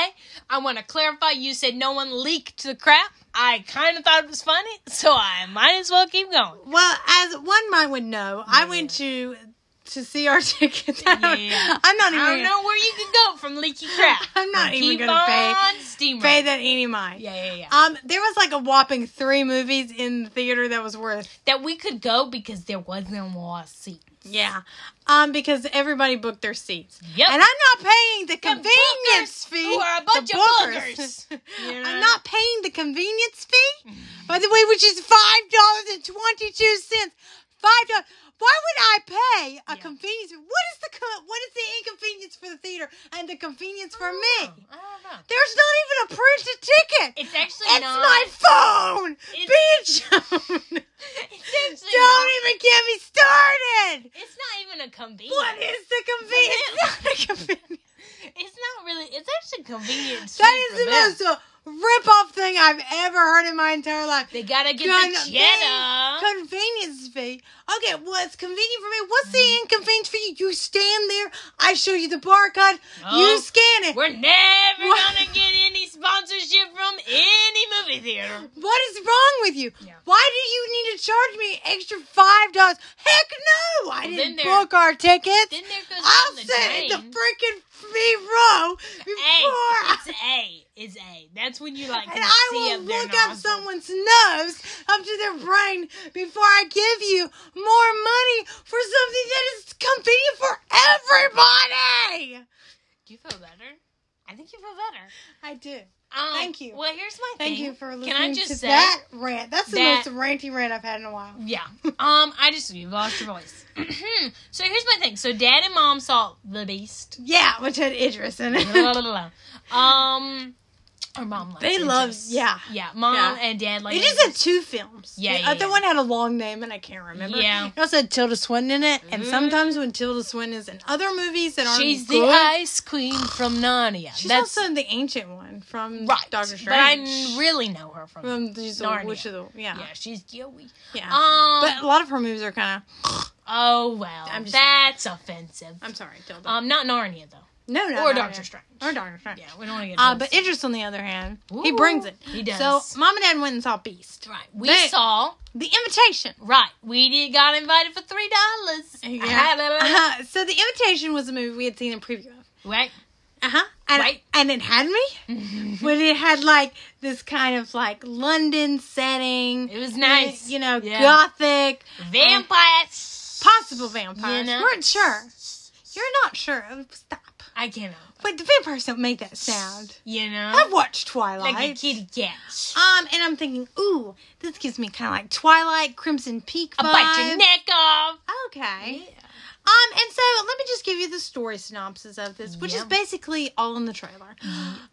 Speaker 1: I want to clarify. You said no one leaked the crap. I kind of thought it was funny, so I might as well keep going.
Speaker 2: Well, as one might would know,
Speaker 1: Mm-hmm.
Speaker 2: I went to to see our *laughs* ticket.
Speaker 1: Yeah.
Speaker 2: I'm not even.
Speaker 1: I don't know where you can go from leaky crap.
Speaker 2: *laughs* I'm not even
Speaker 1: Keep
Speaker 2: gonna pay
Speaker 1: on steamrolling.
Speaker 2: pay that any mind.
Speaker 1: Yeah, yeah, yeah.
Speaker 2: Um, there was like a whopping three movies in the theater that was worth.
Speaker 1: that we could go because there wasn't a lot of seats.
Speaker 2: Yeah. Um, because everybody booked their seats.
Speaker 1: Yep.
Speaker 2: And I'm not paying the convenience
Speaker 1: bookers
Speaker 2: fee.
Speaker 1: who are a
Speaker 2: The
Speaker 1: bunch of
Speaker 2: bookers.
Speaker 1: boogers. You know?
Speaker 2: *laughs* I'm not paying the convenience fee,
Speaker 1: Mm-hmm.
Speaker 2: by the way, which is five dollars and twenty-two cents. Five dollars. Why would I pay a
Speaker 1: Yeah.
Speaker 2: convenience? fee? What is the co- what is the inconvenience for the theater and the convenience for me?
Speaker 1: I don't know.
Speaker 2: There's not even a printed ticket.
Speaker 1: Oh. It's actually
Speaker 2: It's
Speaker 1: not.
Speaker 2: my phone
Speaker 1: It's-
Speaker 2: being *laughs* shown.
Speaker 1: *laughs* It's actually
Speaker 2: Don't
Speaker 1: not,
Speaker 2: even get me started.
Speaker 1: It's not even a convenience.
Speaker 2: What is the convenience? It's not a convenience.
Speaker 1: It's not really. It's actually convenience.
Speaker 2: That
Speaker 1: fee
Speaker 2: is
Speaker 1: for
Speaker 2: the
Speaker 1: them.
Speaker 2: most uh, rip-off thing I've ever heard in my entire life.
Speaker 1: They gotta get the
Speaker 2: Conven-
Speaker 1: cheddar.
Speaker 2: Convenience fee. Okay, well, it's convenient for me. What's
Speaker 1: Mm.
Speaker 2: the inconvenience for you? You stand there. I show you the barcode.
Speaker 1: Oh,
Speaker 2: you scan it.
Speaker 1: We're never
Speaker 2: What?
Speaker 1: gonna get any sponsorship from any movie
Speaker 2: *laughs*
Speaker 1: theater.
Speaker 2: What is wrong with you?
Speaker 1: Yeah.
Speaker 2: Why do you need to charge me extra five dollars? Heck no! I
Speaker 1: Well,
Speaker 2: didn't
Speaker 1: then there-
Speaker 2: book our tickets.
Speaker 1: Then there goes down
Speaker 2: I'll
Speaker 1: the
Speaker 2: sit in the
Speaker 1: drain.
Speaker 2: freaking free row before, *laughs*
Speaker 1: A.
Speaker 2: I-
Speaker 1: It's A. It's A. That's when you like.
Speaker 2: and
Speaker 1: can
Speaker 2: I
Speaker 1: see
Speaker 2: will
Speaker 1: up their
Speaker 2: look up
Speaker 1: nostrils.
Speaker 2: someone's nose up to their brain before I give you more money for something that is convenient for everybody.
Speaker 1: Do you feel better? I I think you feel better.
Speaker 2: I do.
Speaker 1: Um,
Speaker 2: Thank you.
Speaker 1: Well, here's my thing.
Speaker 2: Thank you for listening
Speaker 1: Can I just
Speaker 2: to
Speaker 1: say?
Speaker 2: that rant. That's the
Speaker 1: that-
Speaker 2: most ranty rant I've had in a while. *laughs*
Speaker 1: Yeah. Um, I just you lost your voice. *clears throat* so here's my thing. So dad and mom saw The Beast.
Speaker 2: Yeah, which had Idris in
Speaker 1: Blah, blah,
Speaker 2: *laughs* it.
Speaker 1: blah, blah. um, her mom likes.
Speaker 2: They
Speaker 1: it,
Speaker 2: love-
Speaker 1: yes.
Speaker 2: yeah.
Speaker 1: Yeah, mom
Speaker 2: Yeah.
Speaker 1: and dad like.
Speaker 2: It
Speaker 1: it.
Speaker 2: just had two films. uh,
Speaker 1: Yeah,
Speaker 2: the
Speaker 1: yeah,
Speaker 2: other
Speaker 1: yeah.
Speaker 2: one had a long name and I can't remember.
Speaker 1: Yeah.
Speaker 2: It also had Tilda Swinton in it, and
Speaker 1: Mhm.
Speaker 2: sometimes when Tilda Swinton is in other movies that aren't
Speaker 1: She's the
Speaker 2: good,
Speaker 1: ice queen from Narnia.
Speaker 2: she's
Speaker 1: That's
Speaker 2: also in the ancient one from
Speaker 1: right.
Speaker 2: Doctor
Speaker 1: But I
Speaker 2: Strange.
Speaker 1: really know her from.
Speaker 2: from she's the
Speaker 1: Narnia.
Speaker 2: Witch of the yeah.
Speaker 1: yeah, she's Gilly.
Speaker 2: Yeah.
Speaker 1: Um,
Speaker 2: but a lot of her movies are kind of.
Speaker 1: oh well,
Speaker 2: I'm just-
Speaker 1: that's offensive.
Speaker 2: I'm sorry, Tilda.
Speaker 1: Um, not Narnia though,
Speaker 2: Uh, no, no.
Speaker 1: or
Speaker 2: no,
Speaker 1: Doctor
Speaker 2: no.
Speaker 1: Strange.
Speaker 2: Or Doctor Strange.
Speaker 1: Yeah, we don't want to get.
Speaker 2: Uh,
Speaker 1: those.
Speaker 2: but Idris, on the other hand, he
Speaker 1: Ooh,
Speaker 2: brings it.
Speaker 1: he does.
Speaker 2: So, mom and dad went and saw Beast,
Speaker 1: right, we
Speaker 2: they-
Speaker 1: saw
Speaker 2: The Invitation.
Speaker 1: Right. We did got invited for three dollars.
Speaker 2: Uh-huh. So, The Invitation was a movie we had seen a preview of.
Speaker 1: *laughs*
Speaker 2: *laughs*
Speaker 1: Right.
Speaker 2: Uh huh. And,
Speaker 1: Uh-huh. Right. Mm-hmm.
Speaker 2: and it had me, but it had like this kind of like London setting.
Speaker 1: It was nice.
Speaker 2: You know,
Speaker 1: Yeah.
Speaker 2: gothic,
Speaker 1: Vampires.
Speaker 2: possible vampires.
Speaker 1: You know?
Speaker 2: We weren't sure. You're not sure. Oh, Stop.
Speaker 1: I cannot.
Speaker 2: But the vampires don't make that sound.
Speaker 1: You know?
Speaker 2: I've watched Twilight.
Speaker 1: Like a kitty cat.
Speaker 2: Um, and I'm thinking, ooh, this gives me kind of like Twilight, Crimson Peak
Speaker 1: I'll
Speaker 2: vibe.
Speaker 1: bite Mm-hmm. your neck off.
Speaker 2: Okay. Um, and so let me just give you the story synopsis of this, which is
Speaker 1: Yeah.
Speaker 2: basically all in the trailer.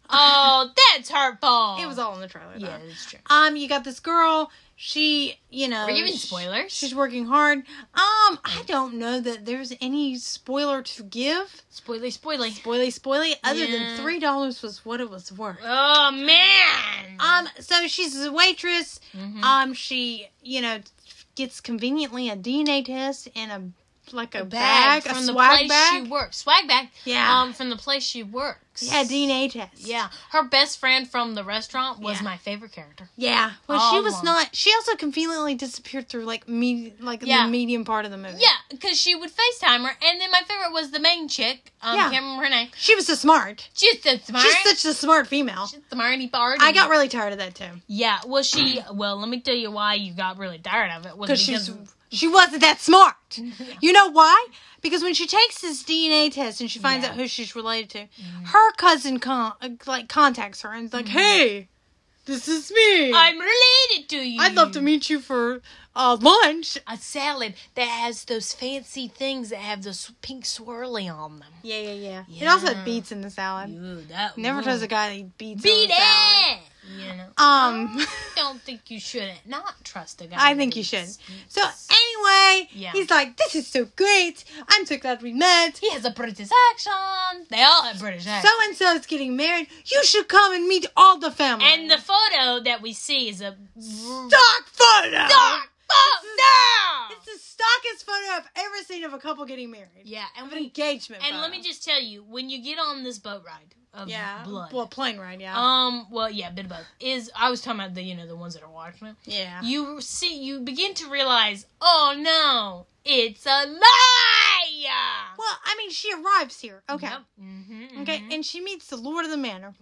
Speaker 1: Oh, that's hurtful.
Speaker 2: It was all in the trailer.
Speaker 1: Yeah,
Speaker 2: Though.
Speaker 1: that's true.
Speaker 2: Um, you got this girl. She, you know,
Speaker 1: Are you in
Speaker 2: sh-
Speaker 1: spoilers?
Speaker 2: She's working hard. Um, I don't know that there's any spoiler to give.
Speaker 1: Spoily, spoily.
Speaker 2: Spoily, spoily. Other
Speaker 1: Yeah.
Speaker 2: than three dollars was what it was worth.
Speaker 1: Oh, man.
Speaker 2: Um, so she's a waitress.
Speaker 1: Mhm.
Speaker 2: Um, she, you know, gets conveniently a DNA test in a like a, bag, a
Speaker 1: from the
Speaker 2: swag
Speaker 1: place
Speaker 2: bag.
Speaker 1: she works. Swag bag.
Speaker 2: Yeah.
Speaker 1: Um, from the place she works.
Speaker 2: yeah, DNA test.
Speaker 1: Yeah. Her best friend from the restaurant was
Speaker 2: Yeah.
Speaker 1: my favorite character.
Speaker 2: yeah. Well, she
Speaker 1: All
Speaker 2: was
Speaker 1: along.
Speaker 2: not. She also conveniently disappeared through like me, like
Speaker 1: Yeah.
Speaker 2: the medium part of the movie.
Speaker 1: Yeah, because she would FaceTime her, and then my favorite was the main chick. Um,
Speaker 2: Yeah.
Speaker 1: can't remember her name.
Speaker 2: she was so smart.
Speaker 1: She's the smart.
Speaker 2: She's such a smart female.
Speaker 1: she's the smarty bard.
Speaker 2: I got really tired of that too
Speaker 1: Yeah, well, she. well, let me tell you why you got really tired of it. Was
Speaker 2: because
Speaker 1: because
Speaker 2: she's she wasn't that smart.
Speaker 1: *laughs*
Speaker 2: You know why? Because when she takes this DNA test and she finds
Speaker 1: Yeah. Mm.
Speaker 2: out who she's related to, her cousin con- uh, like contacts her and is like,
Speaker 1: Mm-hmm.
Speaker 2: "Hey, this is me.
Speaker 1: I'm related to you.
Speaker 2: I'd love to meet you for uh, lunch."
Speaker 1: a salad that has those fancy things that have those pink swirly on them.
Speaker 2: Yeah, yeah, yeah. It
Speaker 1: Yeah.
Speaker 2: also had beets in the salad.
Speaker 1: Ooh, that
Speaker 2: Never
Speaker 1: ooh.
Speaker 2: trust a guy that eats beets.
Speaker 1: beat
Speaker 2: in the salad.
Speaker 1: it. You know, *laughs*
Speaker 2: Um, *laughs*
Speaker 1: don't think you shouldn't not trust a guy.
Speaker 2: I
Speaker 1: that
Speaker 2: think you
Speaker 1: eats
Speaker 2: should.
Speaker 1: meat.
Speaker 2: So anyway,
Speaker 1: Yeah.
Speaker 2: he's like, "This is so great. I'm so glad we met."
Speaker 1: He has a British accent. They all have British accents.
Speaker 2: So and so is getting married. You should come and meet all the family.
Speaker 1: And the photo that we see is a stock
Speaker 2: stock photo.
Speaker 1: photo.
Speaker 2: It's the stockest photo I've ever seen of a couple getting married.
Speaker 1: Yeah, and
Speaker 2: Of an
Speaker 1: we,
Speaker 2: engagement.
Speaker 1: and let
Speaker 2: photo.
Speaker 1: me just tell you, when you get on this boat ride of
Speaker 2: yeah,
Speaker 1: blood,
Speaker 2: well, plane ride. Yeah,
Speaker 1: um, well, yeah, a bit of both. Is I was talking about the you know the ones that are watching it.
Speaker 2: yeah.
Speaker 1: You see, you begin to realize, oh no, it's a lie.
Speaker 2: well, I mean, she arrives here. Okay.
Speaker 1: Mm-hmm,
Speaker 2: Okay, and she meets the Lord of the Manor.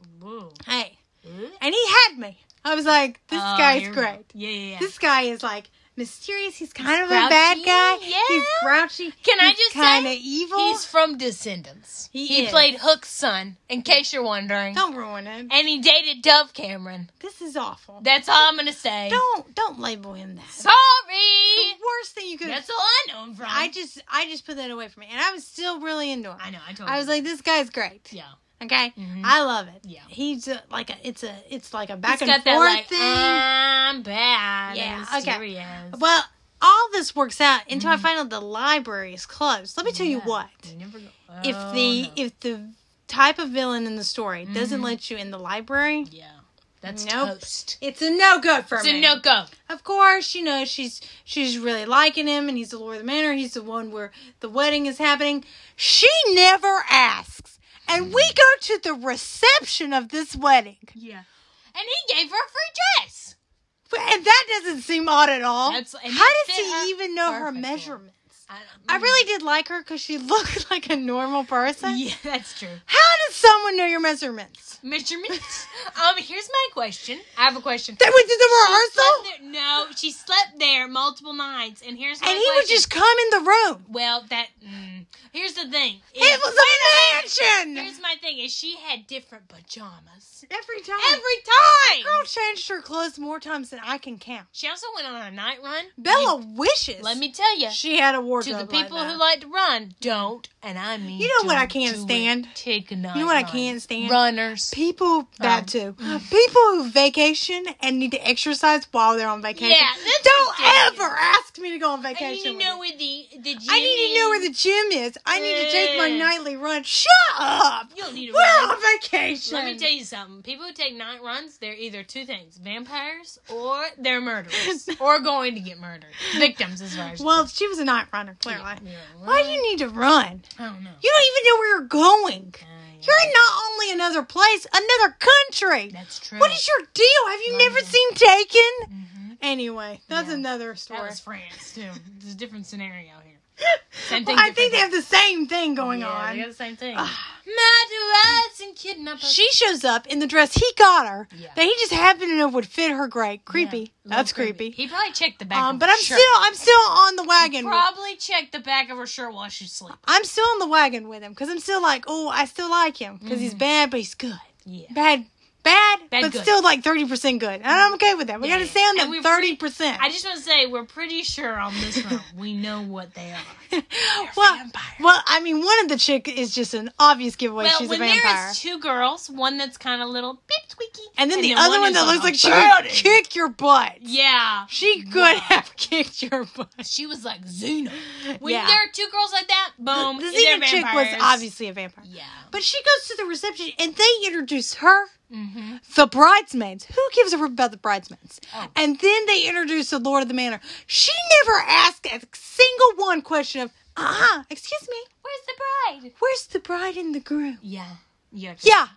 Speaker 2: Hey,
Speaker 1: This
Speaker 2: and he had me. I was like, this guy's great.
Speaker 1: Oh, Yeah, yeah, yeah.
Speaker 2: This guy is like mysterious. He's kind of a
Speaker 1: Grouchy,
Speaker 2: bad guy.
Speaker 1: yeah.
Speaker 2: He's grouchy.
Speaker 1: Can I
Speaker 2: he's
Speaker 1: just
Speaker 2: kind
Speaker 1: say,
Speaker 2: of evil?
Speaker 1: He's from Descendants.
Speaker 2: He
Speaker 1: he
Speaker 2: is.
Speaker 1: played Hook's son. In case you're wondering.
Speaker 2: Don't ruin it.
Speaker 1: and he dated Dove Cameron.
Speaker 2: This is awful.
Speaker 1: That's all I'm gonna say.
Speaker 2: Don't don't label him that. The
Speaker 1: Sorry.
Speaker 2: worst thing you could.
Speaker 1: That's all I know him from.
Speaker 2: I just I just put that away from me, and I was still really into him.
Speaker 1: I know. I told.
Speaker 2: I
Speaker 1: you.
Speaker 2: was like, this guy's great.
Speaker 1: yeah.
Speaker 2: Okay,
Speaker 1: Mhm.
Speaker 2: I love it.
Speaker 1: Yeah.
Speaker 2: he's uh like a it's a it's like a back
Speaker 1: He's
Speaker 2: and
Speaker 1: got
Speaker 2: forth
Speaker 1: that like uh.
Speaker 2: thing.
Speaker 1: I'm bad.
Speaker 2: Yeah,
Speaker 1: Yeah.
Speaker 2: okay.
Speaker 1: Mysterious.
Speaker 2: well, all this works out until I find out the library is closed. Let me tell you
Speaker 1: Mm-hmm. Yeah.
Speaker 2: what:
Speaker 1: You never go-
Speaker 2: if
Speaker 1: Oh,
Speaker 2: the
Speaker 1: no. Mm-hmm.
Speaker 2: if the type of villain in the story doesn't let you in the library,
Speaker 1: yeah, that's
Speaker 2: Nope.
Speaker 1: toast.
Speaker 2: it's a no go for
Speaker 1: It's
Speaker 2: me.
Speaker 1: a no go.
Speaker 2: Of course, you know she's she's really liking him, and he's the lord of the manor. He's the one where the wedding is happening. She never asks, and
Speaker 1: Mm-hmm.
Speaker 2: we go to the reception of this wedding,
Speaker 1: Yeah. And he gave her a free dress.
Speaker 2: and that doesn't seem odd at all.
Speaker 1: That's- and
Speaker 2: How
Speaker 1: it
Speaker 2: does
Speaker 1: fit her
Speaker 2: he even know her
Speaker 1: perfectly.
Speaker 2: measurements?
Speaker 1: I,
Speaker 2: I really did like her because she *laughs* looked like a normal person.
Speaker 1: Yeah, that's true.
Speaker 2: How does someone know your measurements?
Speaker 1: Measurements. *laughs* um, here's my question. I have a question.
Speaker 2: They went to the rehearsal,
Speaker 1: Slept there- no, she slept there multiple nights, and here's my
Speaker 2: and he would
Speaker 1: question.
Speaker 2: just come in the room.
Speaker 1: Well, that mm, here's the thing.
Speaker 2: It
Speaker 1: If-
Speaker 2: was a mansion.
Speaker 1: here's my thing. If and she had different pajamas
Speaker 2: Every time.
Speaker 1: every time.
Speaker 2: girl changed her clothes more times than I can count.
Speaker 1: She also went on a night run.
Speaker 2: Bella wishes.
Speaker 1: You- let me tell you,
Speaker 2: She had a
Speaker 1: to
Speaker 2: wardrobe.
Speaker 1: the people
Speaker 2: like that.
Speaker 1: who like to run, don't. And I mean,
Speaker 2: You know what I
Speaker 1: don't
Speaker 2: can't
Speaker 1: do it.
Speaker 2: stand?
Speaker 1: Take a night
Speaker 2: You know what I
Speaker 1: run.
Speaker 2: can't stand?
Speaker 1: Runners.
Speaker 2: People
Speaker 1: Um,
Speaker 2: that too.
Speaker 1: mm.
Speaker 2: *gasps* People who vacation and need to exercise while they're on vacation.
Speaker 1: Yeah, that's
Speaker 2: Don't
Speaker 1: ridiculous.
Speaker 2: ever ask me to go on
Speaker 1: I need
Speaker 2: vacation.
Speaker 1: to
Speaker 2: with
Speaker 1: know
Speaker 2: you.
Speaker 1: where the the gym
Speaker 2: I need to know where
Speaker 1: is.
Speaker 2: the gym is. I need to take my
Speaker 1: Yeah.
Speaker 2: nightly run. Shut up.
Speaker 1: You don't need to
Speaker 2: We're
Speaker 1: run.
Speaker 2: on vacation.
Speaker 1: Let me tell you something. People who take night runs, they're either two things: vampires or they're
Speaker 2: *laughs*
Speaker 1: murderers or going to get murdered. Victims, as far as *laughs*
Speaker 2: Well, she was a night runner, clearly.
Speaker 1: Yeah,
Speaker 2: Why do you need to run?
Speaker 1: I don't know.
Speaker 2: You don't even know where you're going.
Speaker 1: Uh,
Speaker 2: You're in not only another place, another country.
Speaker 1: That's true.
Speaker 2: What is your deal? Have you never
Speaker 1: London.
Speaker 2: seen Taken?
Speaker 1: Mhm.
Speaker 2: Anyway, that's
Speaker 1: Yeah.
Speaker 2: another
Speaker 1: That
Speaker 2: story. *laughs*
Speaker 1: was France too. It's a different scenario here. Same
Speaker 2: Well,
Speaker 1: thing.
Speaker 2: I
Speaker 1: different
Speaker 2: think they have the same thing going
Speaker 1: yeah, They got
Speaker 2: on. Ah.
Speaker 1: the same thing.
Speaker 2: Ugh.
Speaker 1: Mad rats and kidnappers.
Speaker 2: She shows up in the dress he got her
Speaker 1: Yeah.
Speaker 2: that he just happened to know would fit her great.
Speaker 1: Yeah,
Speaker 2: Creepy.
Speaker 1: a little
Speaker 2: That's creepy.
Speaker 1: He probably checked the back.
Speaker 2: Um,
Speaker 1: of
Speaker 2: but
Speaker 1: her
Speaker 2: I'm
Speaker 1: shirt.
Speaker 2: still I'm still on the wagon. with-
Speaker 1: probably checked the back of her shirt while she's sleeping.
Speaker 2: I'm still on the wagon with him because I'm still like, oh, I still like him because he's bad, but he's good.
Speaker 1: Yeah.
Speaker 2: Bad, bad,
Speaker 1: Mm-hmm. Bad
Speaker 2: but
Speaker 1: good.
Speaker 2: still like thirty percent good. And I'm okay with that. We
Speaker 1: Yeah,
Speaker 2: got to
Speaker 1: yeah.
Speaker 2: stay on
Speaker 1: And
Speaker 2: that
Speaker 1: we're
Speaker 2: thirty percent. *laughs*
Speaker 1: I just want to say we're pretty sure on this one we know what they are.
Speaker 2: Oh, well,
Speaker 1: vampires.
Speaker 2: well, I mean, one of the chick is just an obvious giveaway.
Speaker 1: Well,
Speaker 2: She's a
Speaker 1: when
Speaker 2: vampire.
Speaker 1: there is two girls, one that's kind of little bit squeaky,
Speaker 2: and then the other one, that
Speaker 1: is
Speaker 2: looks
Speaker 1: a
Speaker 2: like she
Speaker 1: burden.
Speaker 2: could kick your butt.
Speaker 1: Yeah,
Speaker 2: She could *laughs*
Speaker 1: Wow.
Speaker 2: have kicked your butt.
Speaker 1: she was like Xena. When
Speaker 2: Yeah.
Speaker 1: there are two girls like that, boom,
Speaker 2: the
Speaker 1: Um, they're
Speaker 2: Xena chick was
Speaker 1: vampires.
Speaker 2: obviously a vampire.
Speaker 1: Yeah.
Speaker 2: But she goes to the reception and they introduce her,
Speaker 1: Mm-hmm.
Speaker 2: the bridesmaids. Who gives a rip about the bridesmaids?
Speaker 1: Oh.
Speaker 2: And then they introduce the Lord of the Manor. She never asked a single one question of, ah, excuse me,
Speaker 1: Where's the bride?
Speaker 2: where's the bride and the groom?
Speaker 1: Yeah. Yeah.
Speaker 2: Yeah,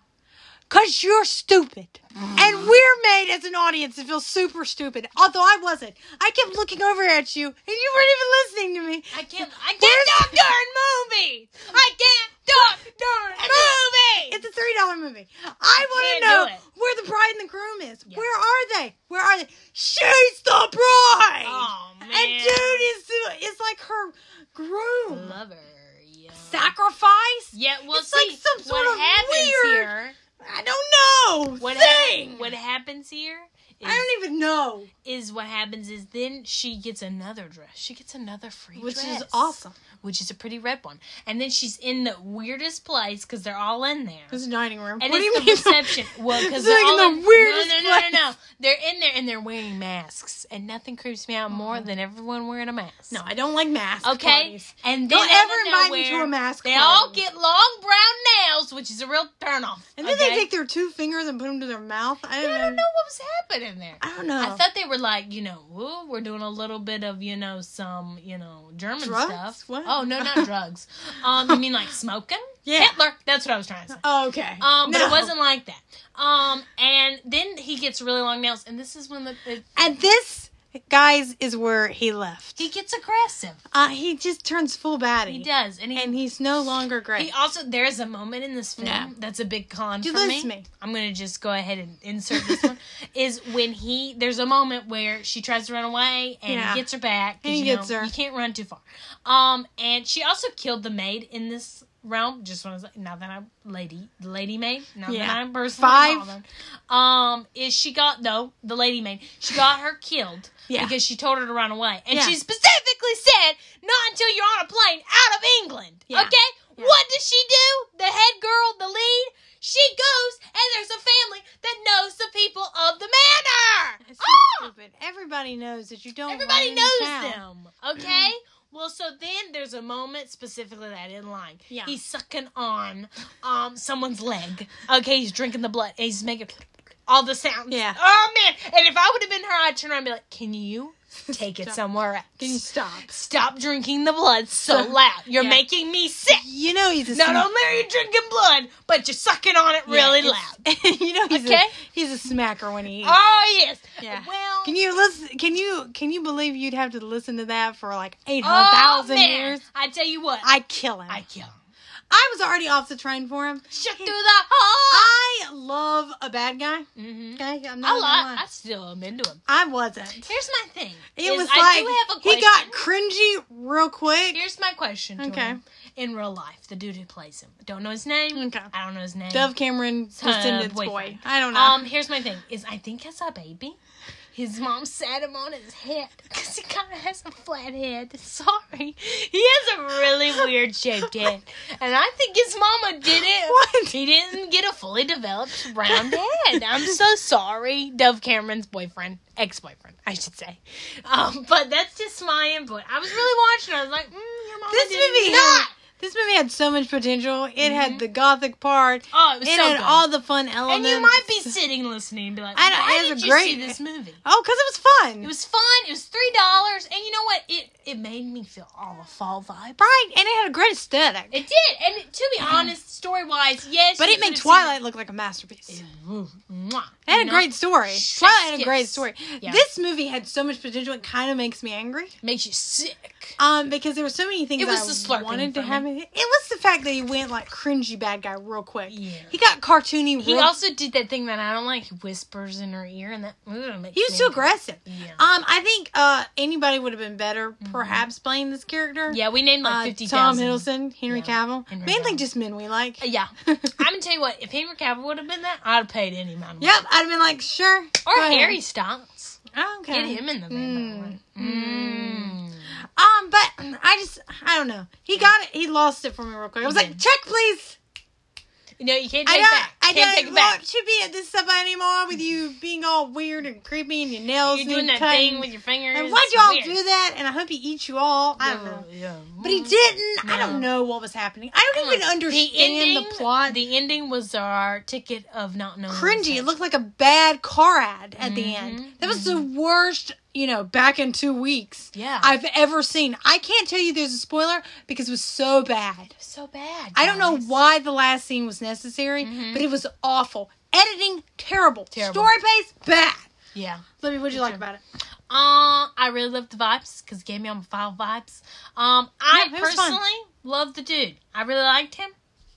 Speaker 2: because you're stupid. And we're made as an audience to feel super stupid. Although I wasn't. I kept looking over at you and you weren't even listening to me.
Speaker 1: I can't. I
Speaker 2: Where's-
Speaker 1: can't talk darn movies. I can't talk darn movies.
Speaker 2: It's a three dollar movie. I want to
Speaker 1: can't
Speaker 2: know
Speaker 1: do it.
Speaker 2: where the bride and the groom is.
Speaker 1: Yeah.
Speaker 2: Where are they? Where are they? She's the bride.
Speaker 1: Aw, Oh, man.
Speaker 2: And dude is is like her groom.
Speaker 1: Lover. Yeah.
Speaker 2: Sacrifice.
Speaker 1: Yeah. Well,
Speaker 2: It's like
Speaker 1: see,
Speaker 2: some sort
Speaker 1: what
Speaker 2: of
Speaker 1: happens
Speaker 2: weird
Speaker 1: here.
Speaker 2: I don't know.
Speaker 1: What,
Speaker 2: Thing.
Speaker 1: hap- what happens here is,
Speaker 2: I don't even know.
Speaker 1: is what happens is then she gets another dress. She gets another free
Speaker 2: Which
Speaker 1: dress.
Speaker 2: is awesome.
Speaker 1: Which is a pretty red one. And then she's in the weirdest place because they're all in there.
Speaker 2: This is dining room.
Speaker 1: And
Speaker 2: what
Speaker 1: it's
Speaker 2: do
Speaker 1: the
Speaker 2: you mean? *laughs*
Speaker 1: reception. Well, because
Speaker 2: It's
Speaker 1: they're
Speaker 2: like in
Speaker 1: all
Speaker 2: the weirdest
Speaker 1: no, no, no, no,
Speaker 2: place.
Speaker 1: no. They're in there and they're wearing masks, and nothing creeps me out more than everyone wearing a mask.
Speaker 2: Mm-hmm. No, I don't like masks.
Speaker 1: Okay, and then
Speaker 2: Don't
Speaker 1: out of
Speaker 2: ever invite me to
Speaker 1: nowhere,
Speaker 2: a mask
Speaker 1: They
Speaker 2: party.
Speaker 1: all get long brown nails, which is a real turnoff.
Speaker 2: And then they
Speaker 1: okay?
Speaker 2: take their two fingers and put them to their mouth. I don't,
Speaker 1: I don't know what was happening there.
Speaker 2: I don't know.
Speaker 1: I thought they were like, you know, Ooh, we're doing a little bit of, you know, some, you know, German
Speaker 2: Drugs?
Speaker 1: stuff.
Speaker 2: What?
Speaker 1: Oh no,
Speaker 2: *laughs*
Speaker 1: not drugs. Um, you mean like smoking?
Speaker 2: Yeah.
Speaker 1: Hitler. That's what I was trying to say.
Speaker 2: Oh, okay.
Speaker 1: Um, but
Speaker 2: No.
Speaker 1: it wasn't like that. Um, and then he gets really long nails, and this is when the, the
Speaker 2: And this, guys, is where he left.
Speaker 1: he gets aggressive.
Speaker 2: Uh, he just turns full batty.
Speaker 1: He does, and he.
Speaker 2: And he's no longer great.
Speaker 1: he also there's a moment in this film
Speaker 2: Yeah.
Speaker 1: that's a big con
Speaker 2: Do
Speaker 1: for
Speaker 2: this
Speaker 1: me.
Speaker 2: to me.
Speaker 1: I'm gonna just go ahead and insert this
Speaker 2: *laughs*
Speaker 1: one. Is when he there's a moment where she tries to run away and
Speaker 2: Yeah.
Speaker 1: he gets her back. 'cause
Speaker 2: And he
Speaker 1: you
Speaker 2: gets
Speaker 1: know,
Speaker 2: her.
Speaker 1: You can't run too far. Um, and she also killed the maid in this realm. Just when I was like, now that I'm lady, the lady maid. Now
Speaker 2: Yeah.
Speaker 1: that I'm personally
Speaker 2: Five.
Speaker 1: involved in- Um, is she got no the lady maid? She got her killed
Speaker 2: Yeah.
Speaker 1: because she told her to run away, and
Speaker 2: Yeah.
Speaker 1: she specifically said, "Not until you're on a plane out of England."
Speaker 2: Yeah.
Speaker 1: Okay. What does she do? The head girl, the lead, she goes and there's a family that knows the people of the manor.
Speaker 2: It's so
Speaker 1: Ah!
Speaker 2: stupid. Everybody knows that you don't.
Speaker 1: Everybody
Speaker 2: run in
Speaker 1: knows
Speaker 2: town.
Speaker 1: them. Okay? Well, so then there's a moment specifically that I didn't like.
Speaker 2: Yeah.
Speaker 1: He's sucking on um someone's leg. Okay, he's drinking the blood. And he's making all the sounds.
Speaker 2: Yeah.
Speaker 1: Oh man. And if I would have been her, I'd turn around and be like, Can you
Speaker 2: *laughs*
Speaker 1: take it
Speaker 2: Stop.
Speaker 1: somewhere else?
Speaker 2: Can you stop?
Speaker 1: Stop drinking the blood so
Speaker 2: So-
Speaker 1: loud. You're
Speaker 2: Uh, Yeah.
Speaker 1: making me sick.
Speaker 2: You know he's a
Speaker 1: Not
Speaker 2: sm-
Speaker 1: only are you drinking blood, but you're sucking on it
Speaker 2: Yeah,
Speaker 1: really
Speaker 2: it's-
Speaker 1: loud.
Speaker 2: *laughs* you know he's
Speaker 1: Okay.
Speaker 2: a he's a smacker when he eats.
Speaker 1: Oh yes.
Speaker 2: Yeah.
Speaker 1: Well,
Speaker 2: Can you listen? Can you can you believe you'd have to listen to that for like eight
Speaker 1: oh,
Speaker 2: hundred thousand
Speaker 1: man.
Speaker 2: years?
Speaker 1: I tell you what, I,
Speaker 2: I kill him. I,
Speaker 1: kill him.
Speaker 2: was already off the train for him.
Speaker 1: Shook through the hall.
Speaker 2: I love a bad guy.
Speaker 1: Mm-hmm.
Speaker 2: Okay, I'm
Speaker 1: I,
Speaker 2: not.
Speaker 1: li- I
Speaker 2: I,
Speaker 1: still am into him.
Speaker 2: I wasn't.
Speaker 1: Here's my thing.
Speaker 2: It
Speaker 1: is
Speaker 2: was like
Speaker 1: I do have a question.
Speaker 2: he got cringy real quick.
Speaker 1: Here's my question. To
Speaker 2: Okay.
Speaker 1: him in real life, the dude who plays him. Don't know his name.
Speaker 2: Okay.
Speaker 1: I don't know his name.
Speaker 2: Dove Cameron's
Speaker 1: Uh,
Speaker 2: descendants boy.
Speaker 1: boyfriend.
Speaker 2: I don't know.
Speaker 1: Um, here's my thing: is I think as a baby, his mom sat him on his head because he kind of has a flat head. Sorry, he has a really weird shaped head, and I think his mama did it.
Speaker 2: What?
Speaker 1: He didn't get a fully developed round head. I'm so sorry, Dove Cameron's boyfriend, ex-boyfriend, I should say. Um, but that's just my input. I was really watching. I was like, mm, your mama
Speaker 2: this
Speaker 1: did
Speaker 2: movie had,
Speaker 1: not.
Speaker 2: this movie had so much potential. It had the gothic part.
Speaker 1: Oh, it
Speaker 2: It
Speaker 1: was so
Speaker 2: had
Speaker 1: good.
Speaker 2: all the fun elements.
Speaker 1: and you might be sitting listening and be like,
Speaker 2: I don't-
Speaker 1: why
Speaker 2: it was
Speaker 1: did
Speaker 2: a
Speaker 1: you see
Speaker 2: great-
Speaker 1: this movie?
Speaker 2: Oh, because it was fun.
Speaker 1: It was fun. It was three dollars, and you know what? It it made me feel all the fall vibe.
Speaker 2: right, and it had a great aesthetic.
Speaker 1: It did, and it- to be honest, story wise, yes,
Speaker 2: but
Speaker 1: you
Speaker 2: it made
Speaker 1: could've
Speaker 2: Twilight look like a masterpiece.
Speaker 1: seen
Speaker 2: It
Speaker 1: it. Ooh, mwah,
Speaker 2: had
Speaker 1: you
Speaker 2: a
Speaker 1: know?
Speaker 2: great story.
Speaker 1: Chef's
Speaker 2: Twilight had a
Speaker 1: kiss.
Speaker 2: great story.
Speaker 1: Yeah.
Speaker 2: This movie had so much potential. It kind of makes me angry.
Speaker 1: Makes you sick.
Speaker 2: Um, because there were so many things
Speaker 1: It was
Speaker 2: I
Speaker 1: the slurping
Speaker 2: wanted to
Speaker 1: for
Speaker 2: have. It was the fact that he went like cringy bad guy real quick.
Speaker 1: Yeah.
Speaker 2: He got cartoony.
Speaker 1: He
Speaker 2: real-
Speaker 1: also did that thing that I don't like. He whispers in her ear, and that ooh, makes
Speaker 2: he was
Speaker 1: me
Speaker 2: too
Speaker 1: angry.
Speaker 2: aggressive.
Speaker 1: Yeah. Mm-hmm.
Speaker 2: Um, I think uh anybody would have been better, perhaps playing this character.
Speaker 1: yeah, we named
Speaker 2: Uh,
Speaker 1: like fifty
Speaker 2: Tom
Speaker 1: thousand.
Speaker 2: Hiddleston, Henry
Speaker 1: Yeah.
Speaker 2: Cavill,
Speaker 1: Henry
Speaker 2: mainly
Speaker 1: Cavill.
Speaker 2: just men we like. *laughs*
Speaker 1: Uh, yeah, I'm gonna tell you what. If Henry Cavill would have been that, I'd have paid any amount. of
Speaker 2: Yep, I'd have been like, sure.
Speaker 1: money.
Speaker 2: go
Speaker 1: or
Speaker 2: ahead.
Speaker 1: Harry Styles.
Speaker 2: Oh, okay.
Speaker 1: Get him in the Mm. man. Mm.
Speaker 2: Um, but mm, I just, I don't know. He got it. He lost it for me real quick. I was
Speaker 1: He
Speaker 2: like,
Speaker 1: did.
Speaker 2: check, please.
Speaker 1: No, you can't
Speaker 2: I
Speaker 1: take it
Speaker 2: don't,
Speaker 1: back.
Speaker 2: I
Speaker 1: can't
Speaker 2: don't
Speaker 1: take it back.
Speaker 2: want to be at this stuff anymore with you being all weird and creepy and your nails
Speaker 1: you
Speaker 2: and
Speaker 1: doing
Speaker 2: your
Speaker 1: that
Speaker 2: cutting.
Speaker 1: thing with your fingers.
Speaker 2: And why'd you all
Speaker 1: Weird.
Speaker 2: do that? And I hope he eats you all. I don't know.
Speaker 1: Yeah. Mm.
Speaker 2: But he didn't. I don't
Speaker 1: No.
Speaker 2: know what was happening. I don't even understand the, plot.
Speaker 1: The ending was our ticket of not knowing.
Speaker 2: Cringy. It
Speaker 1: Look,
Speaker 2: looked like a bad car ad at the end.
Speaker 1: Mhm,
Speaker 2: That was the worst, you know, back in two weeks
Speaker 1: Yeah.
Speaker 2: I've ever seen. I can't tell you there's a spoiler because it was so bad.
Speaker 1: so bad.
Speaker 2: I don't know
Speaker 1: guys.
Speaker 2: why the last scene was necessary, but it was awful. Editing, terrible.
Speaker 1: Mm-hmm. Terrible.
Speaker 2: Story pace, bad.
Speaker 1: Yeah.
Speaker 2: Libby, what'd you like about it?
Speaker 1: Um, I really love the vibes because it gave me on file vibes. Um, I
Speaker 2: Yeah, it was fun.
Speaker 1: personally love the dude. I really liked him.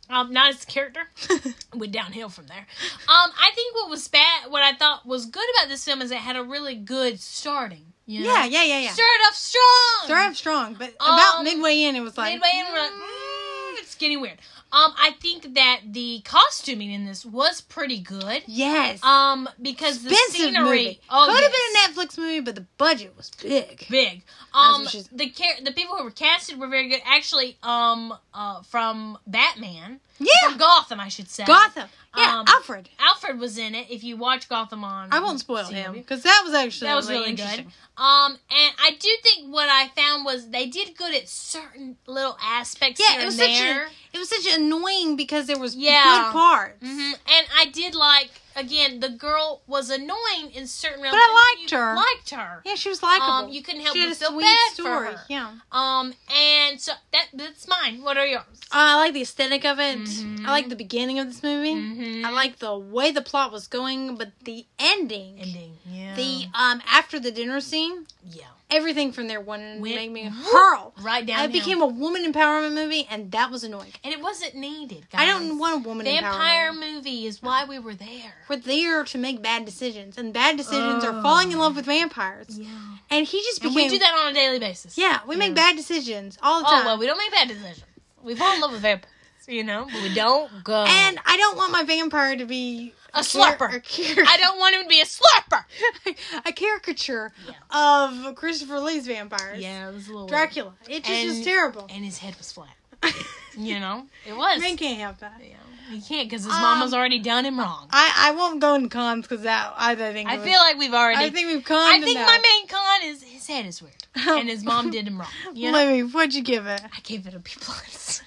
Speaker 1: Um, not his character. *laughs* went downhill from there. Um, I think what was bad, what I thought was good about this film is it had a really good starting. You know?
Speaker 2: yeah, yeah, yeah, yeah.
Speaker 1: Started off strong.
Speaker 2: Started off strong, but about
Speaker 1: Um,
Speaker 2: midway in, it was like
Speaker 1: midway in, we're like, "Mm, it's getting weird. Um, I think that the costuming in this was pretty good.
Speaker 2: yes,
Speaker 1: Um, because the
Speaker 2: expensive
Speaker 1: scenery
Speaker 2: movie.
Speaker 1: oh,
Speaker 2: Could
Speaker 1: yes,
Speaker 2: have been a Netflix movie, but the budget was big.
Speaker 1: big.
Speaker 2: what
Speaker 1: Um,
Speaker 2: she said.
Speaker 1: the char- the people who were casted were very good. Actually, um, uh, from Batman,
Speaker 2: Yeah,
Speaker 1: from Gotham, I should say.
Speaker 2: Gotham. Yeah,
Speaker 1: Um,
Speaker 2: Alfred.
Speaker 1: Alfred was in it. If you watch Gotham on,
Speaker 2: I won't spoil him
Speaker 1: CW.
Speaker 2: because that was actually
Speaker 1: That was
Speaker 2: really
Speaker 1: really good.
Speaker 2: interesting.
Speaker 1: Um, and I do think what I found was they did good at certain little aspects.
Speaker 2: Yeah,
Speaker 1: here
Speaker 2: it was
Speaker 1: and
Speaker 2: such
Speaker 1: there.
Speaker 2: a, it was such annoying because there was
Speaker 1: Yeah.
Speaker 2: good parts,
Speaker 1: hmm And I did like again. The girl was annoying in certain realms,
Speaker 2: but I liked
Speaker 1: You
Speaker 2: her.
Speaker 1: Liked her.
Speaker 2: yeah, she was likable.
Speaker 1: Um, you couldn't help
Speaker 2: she had
Speaker 1: but
Speaker 2: a
Speaker 1: feel
Speaker 2: sweet
Speaker 1: bad for
Speaker 2: story.
Speaker 1: her.
Speaker 2: Yeah.
Speaker 1: Um, and so that that's mine. What are yours?
Speaker 2: Uh, I like the aesthetic of it.
Speaker 1: Mhm.
Speaker 2: I like the beginning of this movie.
Speaker 1: Mhm.
Speaker 2: I like the way the plot was going, but the ending,
Speaker 1: Ending. Yeah.
Speaker 2: the um after the dinner scene,
Speaker 1: yeah.
Speaker 2: everything from there went and
Speaker 1: Went
Speaker 2: made me hurl.
Speaker 1: Right down.
Speaker 2: I became a woman empowerment movie, and that was annoying.
Speaker 1: and it wasn't needed. Guys.
Speaker 2: I don't want a woman
Speaker 1: vampire
Speaker 2: empowerment.
Speaker 1: movie is why we were there.
Speaker 2: We're there to make bad decisions, and bad decisions are
Speaker 1: Ugh.
Speaker 2: falling in love with vampires.
Speaker 1: Yeah.
Speaker 2: And he just
Speaker 1: And
Speaker 2: became.
Speaker 1: we do that on a daily basis.
Speaker 2: Yeah, we make bad decisions all the
Speaker 1: Mm. Oh
Speaker 2: time.
Speaker 1: well, we don't make bad decisions. We fall in love with vampires, you know, but we don't go.
Speaker 2: and I don't want my vampire to be
Speaker 1: A
Speaker 2: char-
Speaker 1: slurper.
Speaker 2: a char-
Speaker 1: I don't want him to be a slurper.
Speaker 2: *laughs* a caricature of Christopher Lee's vampires.
Speaker 1: Yeah, it was a little weird.
Speaker 2: Dracula. It just was
Speaker 1: And-
Speaker 2: terrible.
Speaker 1: and *laughs* his head was flat.
Speaker 2: *laughs*
Speaker 1: You know, it was.
Speaker 2: Men can't have that.
Speaker 1: Yeah, he can't because his
Speaker 2: Um,
Speaker 1: mama's already done him wrong.
Speaker 2: I, I won't go into cons because that I, I think
Speaker 1: I
Speaker 2: it was-
Speaker 1: feel like we've already.
Speaker 2: I think we've conned.
Speaker 1: I think my main con is his head is weird,
Speaker 2: Oh.
Speaker 1: and his mom did
Speaker 2: *laughs*
Speaker 1: him wrong. You know,
Speaker 2: Let me. What'd you give it?
Speaker 1: I gave it a B plus.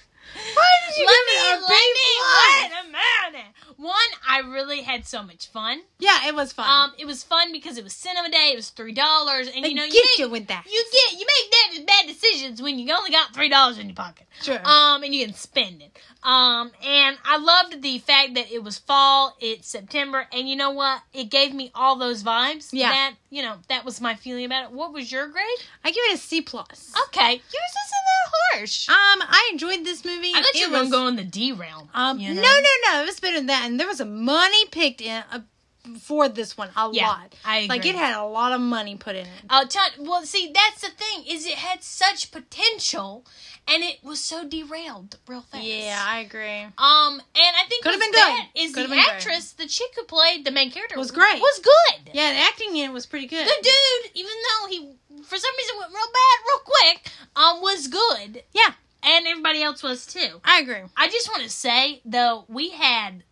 Speaker 2: Why did
Speaker 1: let
Speaker 2: you
Speaker 1: me,
Speaker 2: give it a
Speaker 1: let
Speaker 2: B
Speaker 1: me,
Speaker 2: plus?
Speaker 1: wait a minute. One, I really had had so much fun.
Speaker 2: Yeah, it was fun.
Speaker 1: Um, it was fun because it was cinema day. It was three dollars, and
Speaker 2: they
Speaker 1: you know you
Speaker 2: get
Speaker 1: make,
Speaker 2: you with that.
Speaker 1: you get you make bad, bad decisions when you only got three dollars in your pocket.
Speaker 2: sure.
Speaker 1: Um, and you can spend it. Um, and I loved the fact that it was fall, it's September, and you know what? It gave me all those vibes.
Speaker 2: Yeah.
Speaker 1: That you know, that was my feeling about it. What was your grade?
Speaker 2: I give it a C plus.
Speaker 1: Okay, yours isn't that harsh.
Speaker 2: Um, I enjoyed this movie.
Speaker 1: I thought you
Speaker 2: It
Speaker 1: were gonna
Speaker 2: was-
Speaker 1: go in the D realm.
Speaker 2: Um,
Speaker 1: you know?
Speaker 2: no, no, no. It was better than that. And there was some money picked in uh, for this one a
Speaker 1: Yeah,
Speaker 2: lot.
Speaker 1: I
Speaker 2: Like
Speaker 1: agree.
Speaker 2: it had a lot of money put in it.
Speaker 1: Uh, ton, well, see, that's the thing is it had such potential, and it was so derailed real fast.
Speaker 2: Yeah, I agree.
Speaker 1: Um, and I think
Speaker 2: Could've
Speaker 1: what's
Speaker 2: been good.
Speaker 1: bad is
Speaker 2: Could've
Speaker 1: the
Speaker 2: been great.
Speaker 1: actress, the chick who played the main character,
Speaker 2: Was great.
Speaker 1: Was good.
Speaker 2: Yeah, the acting in it was pretty good.
Speaker 1: The dude, even though he for some reason went real bad real quick, um, was good,
Speaker 2: Yeah,
Speaker 1: and everybody else was too.
Speaker 2: I agree.
Speaker 1: I just want to say though, we had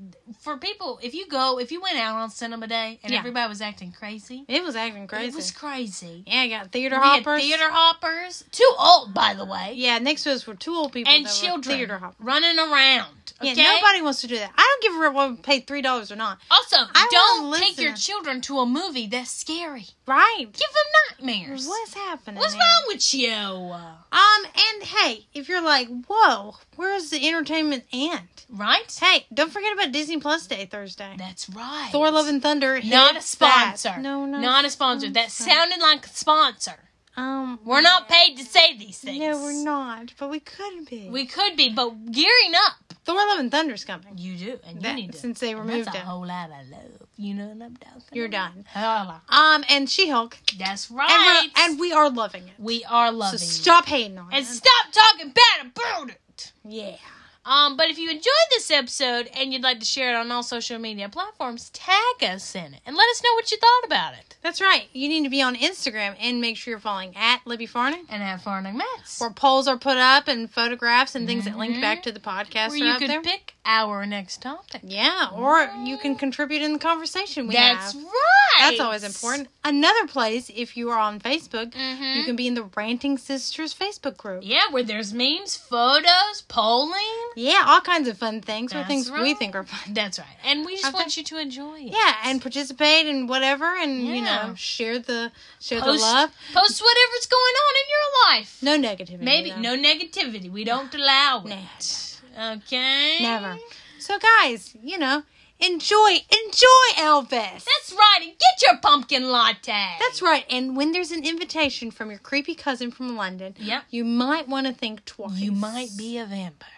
Speaker 1: for people if you go if you went out on cinema day and
Speaker 2: Yeah.
Speaker 1: everybody was acting crazy,
Speaker 2: It was acting crazy.
Speaker 1: it was crazy.
Speaker 2: yeah, I got theater
Speaker 1: We had
Speaker 2: hoppers.
Speaker 1: theater hoppers, too old by the way,
Speaker 2: Yeah, next to us were two old people
Speaker 1: and
Speaker 2: that were
Speaker 1: children
Speaker 2: theater hoppers.
Speaker 1: running around. Okay?
Speaker 2: Yeah, nobody wants to do that. I don't give a rip whether we paid three dollars or not.
Speaker 1: Also,
Speaker 2: wanna
Speaker 1: don't take
Speaker 2: listen.
Speaker 1: your children to a movie that's scary.
Speaker 2: Right?
Speaker 1: Give them nightmares.
Speaker 2: What's happening?
Speaker 1: What's
Speaker 2: there?
Speaker 1: wrong with you?
Speaker 2: Um, and hey, if you're like, whoa, where's the entertainment end?
Speaker 1: Right?
Speaker 2: Hey, don't forget about Disney Plus Day Thursday.
Speaker 1: That's right.
Speaker 2: Thor Love and Thunder. hits
Speaker 1: not a
Speaker 2: that.
Speaker 1: sponsor.
Speaker 2: No, no.
Speaker 1: not a sponsor. That sounded like a sponsor.
Speaker 2: Um,
Speaker 1: We're not paid to say these things.
Speaker 2: No, we're not. But we could be.
Speaker 1: We could be, but gearing up.
Speaker 2: Thor Love and Thunder's coming.
Speaker 1: You do, and
Speaker 2: That-
Speaker 1: you need to.
Speaker 2: since they
Speaker 1: and
Speaker 2: removed
Speaker 1: that's a
Speaker 2: it.
Speaker 1: whole lot of love. You know what I'm talking.
Speaker 2: You're
Speaker 1: about?
Speaker 2: done.
Speaker 1: Holla.
Speaker 2: Um, and She Hulk.
Speaker 1: That's
Speaker 2: And,
Speaker 1: right.
Speaker 2: we're- and we are loving it.
Speaker 1: we are loving.
Speaker 2: So
Speaker 1: it.
Speaker 2: stop hating on
Speaker 1: and
Speaker 2: it.
Speaker 1: stop talking bad about it.
Speaker 2: Yeah.
Speaker 1: Um, but if you enjoyed this episode and you'd like to share it on all social media platforms, tag us in it and let us know what you thought about it.
Speaker 2: That's right. You need to be on Instagram and make sure you're following at Libby Farney.
Speaker 1: And have fun and Mets.
Speaker 2: Where polls are put up and photographs and things that link
Speaker 1: Mhm.
Speaker 2: back to the podcast
Speaker 1: Where
Speaker 2: are
Speaker 1: you
Speaker 2: up
Speaker 1: could
Speaker 2: there.
Speaker 1: pick our next topic.
Speaker 2: yeah, or you can contribute in the conversation we
Speaker 1: That's
Speaker 2: have.
Speaker 1: right.
Speaker 2: That's always important. Another place, if you are on Facebook,
Speaker 1: Mhm.
Speaker 2: you can be in the Ranting Sisters Facebook group. Yeah,
Speaker 1: Yeah, where there's memes, photos, polling.
Speaker 2: all kinds of fun things or
Speaker 1: That's
Speaker 2: things we
Speaker 1: right.
Speaker 2: think are fun.
Speaker 1: That's right. And we just
Speaker 2: Okay.
Speaker 1: want you to enjoy it.
Speaker 2: Yeah, and participate and whatever, and you
Speaker 1: Yeah.
Speaker 2: know, share the share
Speaker 1: Post,
Speaker 2: the love.
Speaker 1: post whatever's going on in your life.
Speaker 2: No negativity.
Speaker 1: Maybe
Speaker 2: though.
Speaker 1: no negativity. We don't allow it. Okay.
Speaker 2: never. So guys, you know, enjoy enjoy Elvis.
Speaker 1: That's right. And get your pumpkin latte.
Speaker 2: That's right. And when there's an invitation from your creepy cousin from London,
Speaker 1: Yep.
Speaker 2: you might want to think twice.
Speaker 1: You might be a vampire. relative.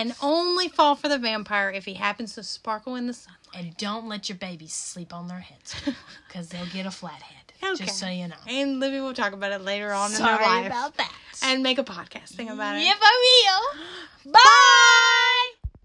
Speaker 2: and only fall for the vampire if he happens to sparkle in the sun. *laughs*
Speaker 1: And don't let your babies sleep on their heads because they'll get a flathead.
Speaker 2: Okay.
Speaker 1: Just so you know.
Speaker 2: And Libby will talk about it later on in her
Speaker 1: Sorry
Speaker 2: life.
Speaker 1: about that.
Speaker 2: and make a podcast thing about it.
Speaker 1: If I will. Bye.